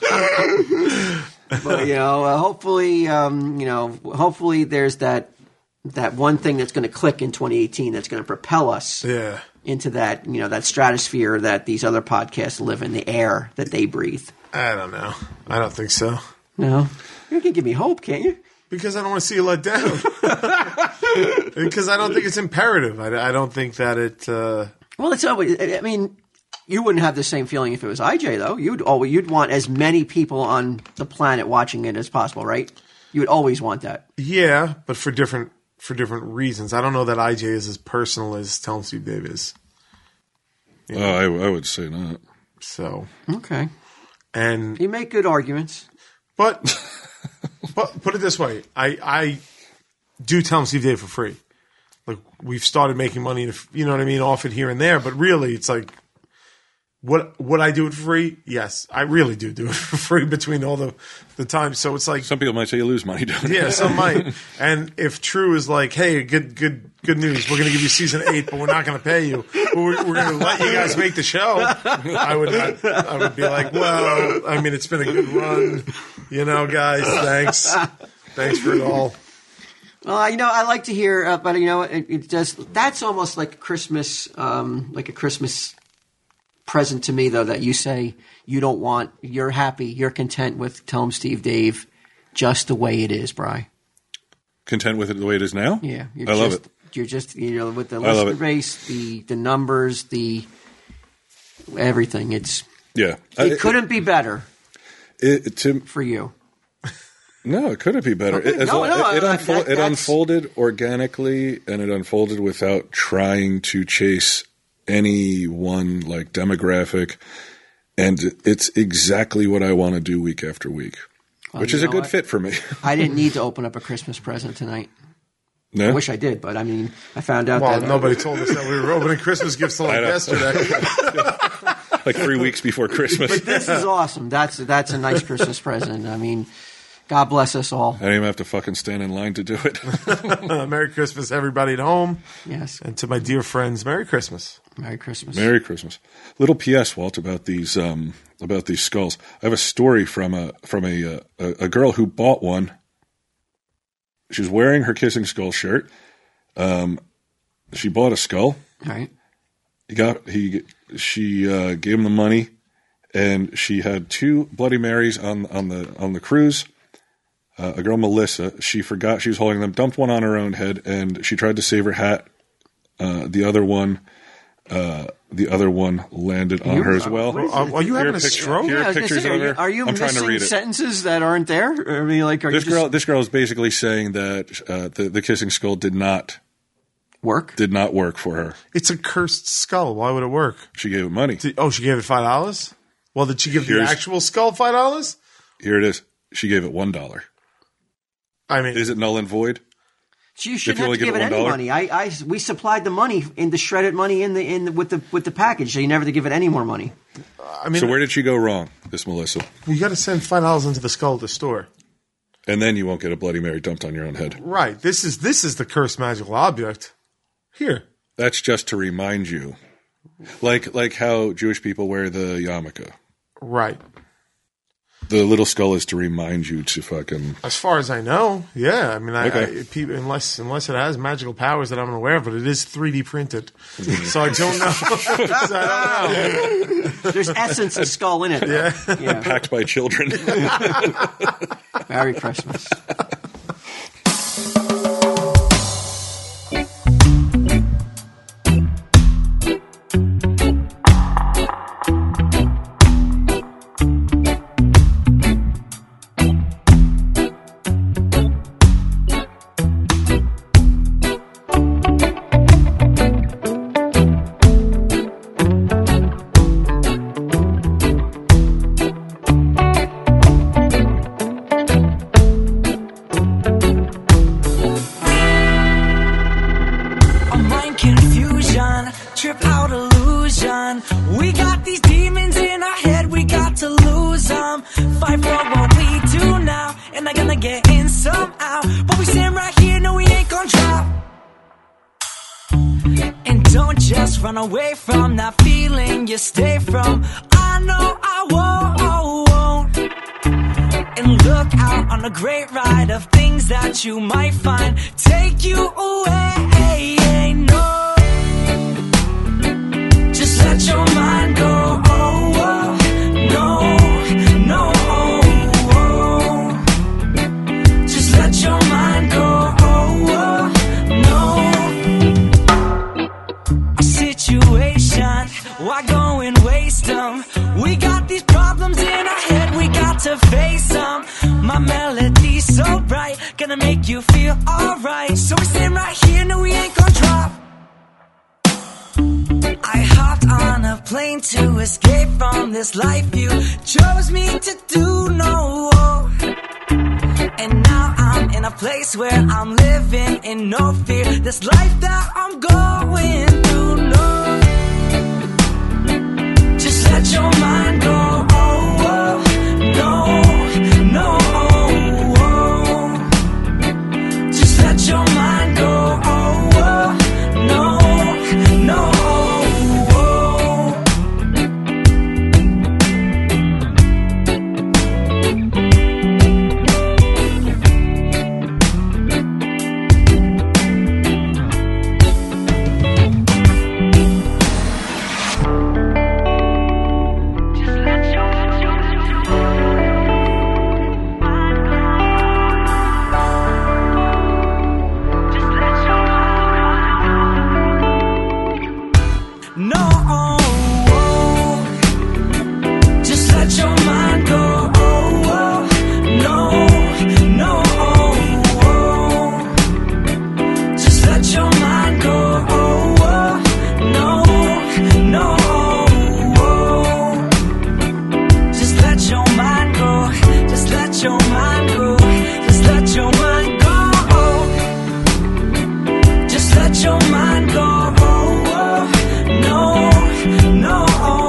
but you know, uh, hopefully, um, you know, hopefully there's that that one thing that's going to click in 2018 that's going to propel us Yeah. into that you know that stratosphere that these other podcasts live in the air that they breathe. I don't know. I don't think so. No, you can give me hope, can't you? Because I don't want to see you let down. because I don't think it's imperative. I, I don't think that it. Uh, Well, it's always. I I mean, you wouldn't have the same feeling if it was IJ though. You'd always you'd want as many people on the planet watching it as possible, right? You would always want that. yeah, but for different for different reasons. I don't know that IJ is as personal as Tell 'em Steve Dave is. Oh, I, I would say not. So Okay, and you make good arguments. But but put it this way, I I do tell them Steve Dave for free. Like we've started making money, to, you know what I mean, off it here and there. But really, it's like what would I do it for free? Yes, I really do do it for free between all the the times. So it's like Some people might say you lose money doing it. yeah, some might. And if True is like, hey, good, good, good news, we're going to give you season eight, but we're not going to pay you. But we're, we're going to let you guys make the show. I would, I, I would be like, well, I mean, it's been a good run, you know, guys. Thanks, thanks for it all. Well, you know, I like to hear, uh, but you know, it, it just that's almost like Christmas, um, like a Christmas present to me, though. That you say you don't want, you're happy, you're content with. Tell 'em Steve, Dave, just the way it is, Bry. Content with it the way it is now? Yeah, I you're love just, it. You're just you know with the love list it. race, the the numbers, the everything. It's Yeah. I- it couldn't be better It, it, to, for you. no, it couldn't be better. It, as No, long- no, it, it, I- I- unfol- that- it that's- unfolded organically and it unfolded without trying to chase any one like demographic. And it's exactly what I want to do week after week, which you is a know good what? fit for me. I didn't need to open up a Christmas present tonight. no? I wish I did, but I mean, I found out Well, that uh, nobody told us that we were opening Christmas gifts till like know. yesterday. like three weeks before Christmas. this is awesome. That's that's a nice Christmas present. I mean, God bless us all. I don't even have to fucking stand in line to do it. Uh, Merry Christmas, everybody at home, Yes. and to my dear friends, Merry Christmas. Merry Christmas. Merry Christmas. Little P.S. Walt about these um, about these skulls. I have a story from a from a, uh, a a girl who bought one. She was wearing her kissing skull shirt. Um, she bought a skull. all right. He got he she uh, gave him the money, and she had two Bloody Marys on on the on the cruise. Uh, a girl Melissa, she forgot she was holding them, dumped one on her own head, and she tried to save her hat. Uh, the other one, uh, the other one landed on her as well. what is Uh, Are, are you having Here a pic- stroke? here- I was gonna pictures say, are of you, her. are you I'm trying to missing read it. sentences that aren't there? Or, I mean, like, are This you just girl, this girl is basically saying that uh, the the kissing skull did not work? did not work for her. It's a cursed skull. Why would it work? She gave it money. Did- oh, she gave it five dollars. Well, did she give the Here's- actual skull five dollars? Here it is. She gave it one dollar. I mean, Is it null and void? She shouldn't you have only to give give it it any $1? money. I, I, we supplied the money in the shredded money in the in the, with the with the package. So you never to give it any more money. I mean, So where did she go wrong, this Melissa? you got to send five dollars into the skull at the store, And then you won't get a Bloody Mary dumped on your own head. right? This is this is the cursed magical object. Here, That's just to remind you, like like how Jewish people wear the yarmulke. right? The little skull is to remind you to fucking. As far as I know, yeah. I mean, I, Okay. I, people, unless unless it has magical powers that I'm aware of, but it is 3D printed, so I don't know. So I don't know. There's essence of skull in it. though. yeah. Packed by children. Merry Christmas. a mind confusion, trip out illusion. We got these demons in our head, we got to lose them. Fight for what we do now, and they're gonna get in somehow. But we stand right here, no, we ain't gonna drop. And don't just run away from that feeling you stay from. I know I oh, won't and look out on a great ride of things that you might find. Take you oh, oh, melody so bright, gonna make you feel alright. So we stand right here, no, we ain't gonna drop. I hopped on a plane to escape from this life you chose me to do. No, and now I'm in a place where I'm living in no fear. This life that I'm going through, no. Just let your mind go. Oh, oh, no, no. oh, oh. Just let your mind go. Oh, oh, no, no. oh, oh. No, oh, oh. just let your mind go. Oh, oh. no, no, oh, oh. just let your mind go. Oh, oh. no, no, oh, oh. just let your mind go. Just let your mind go. Just let your mind go. Just let your mind go. Oh, oh, no, no. Oh, oh.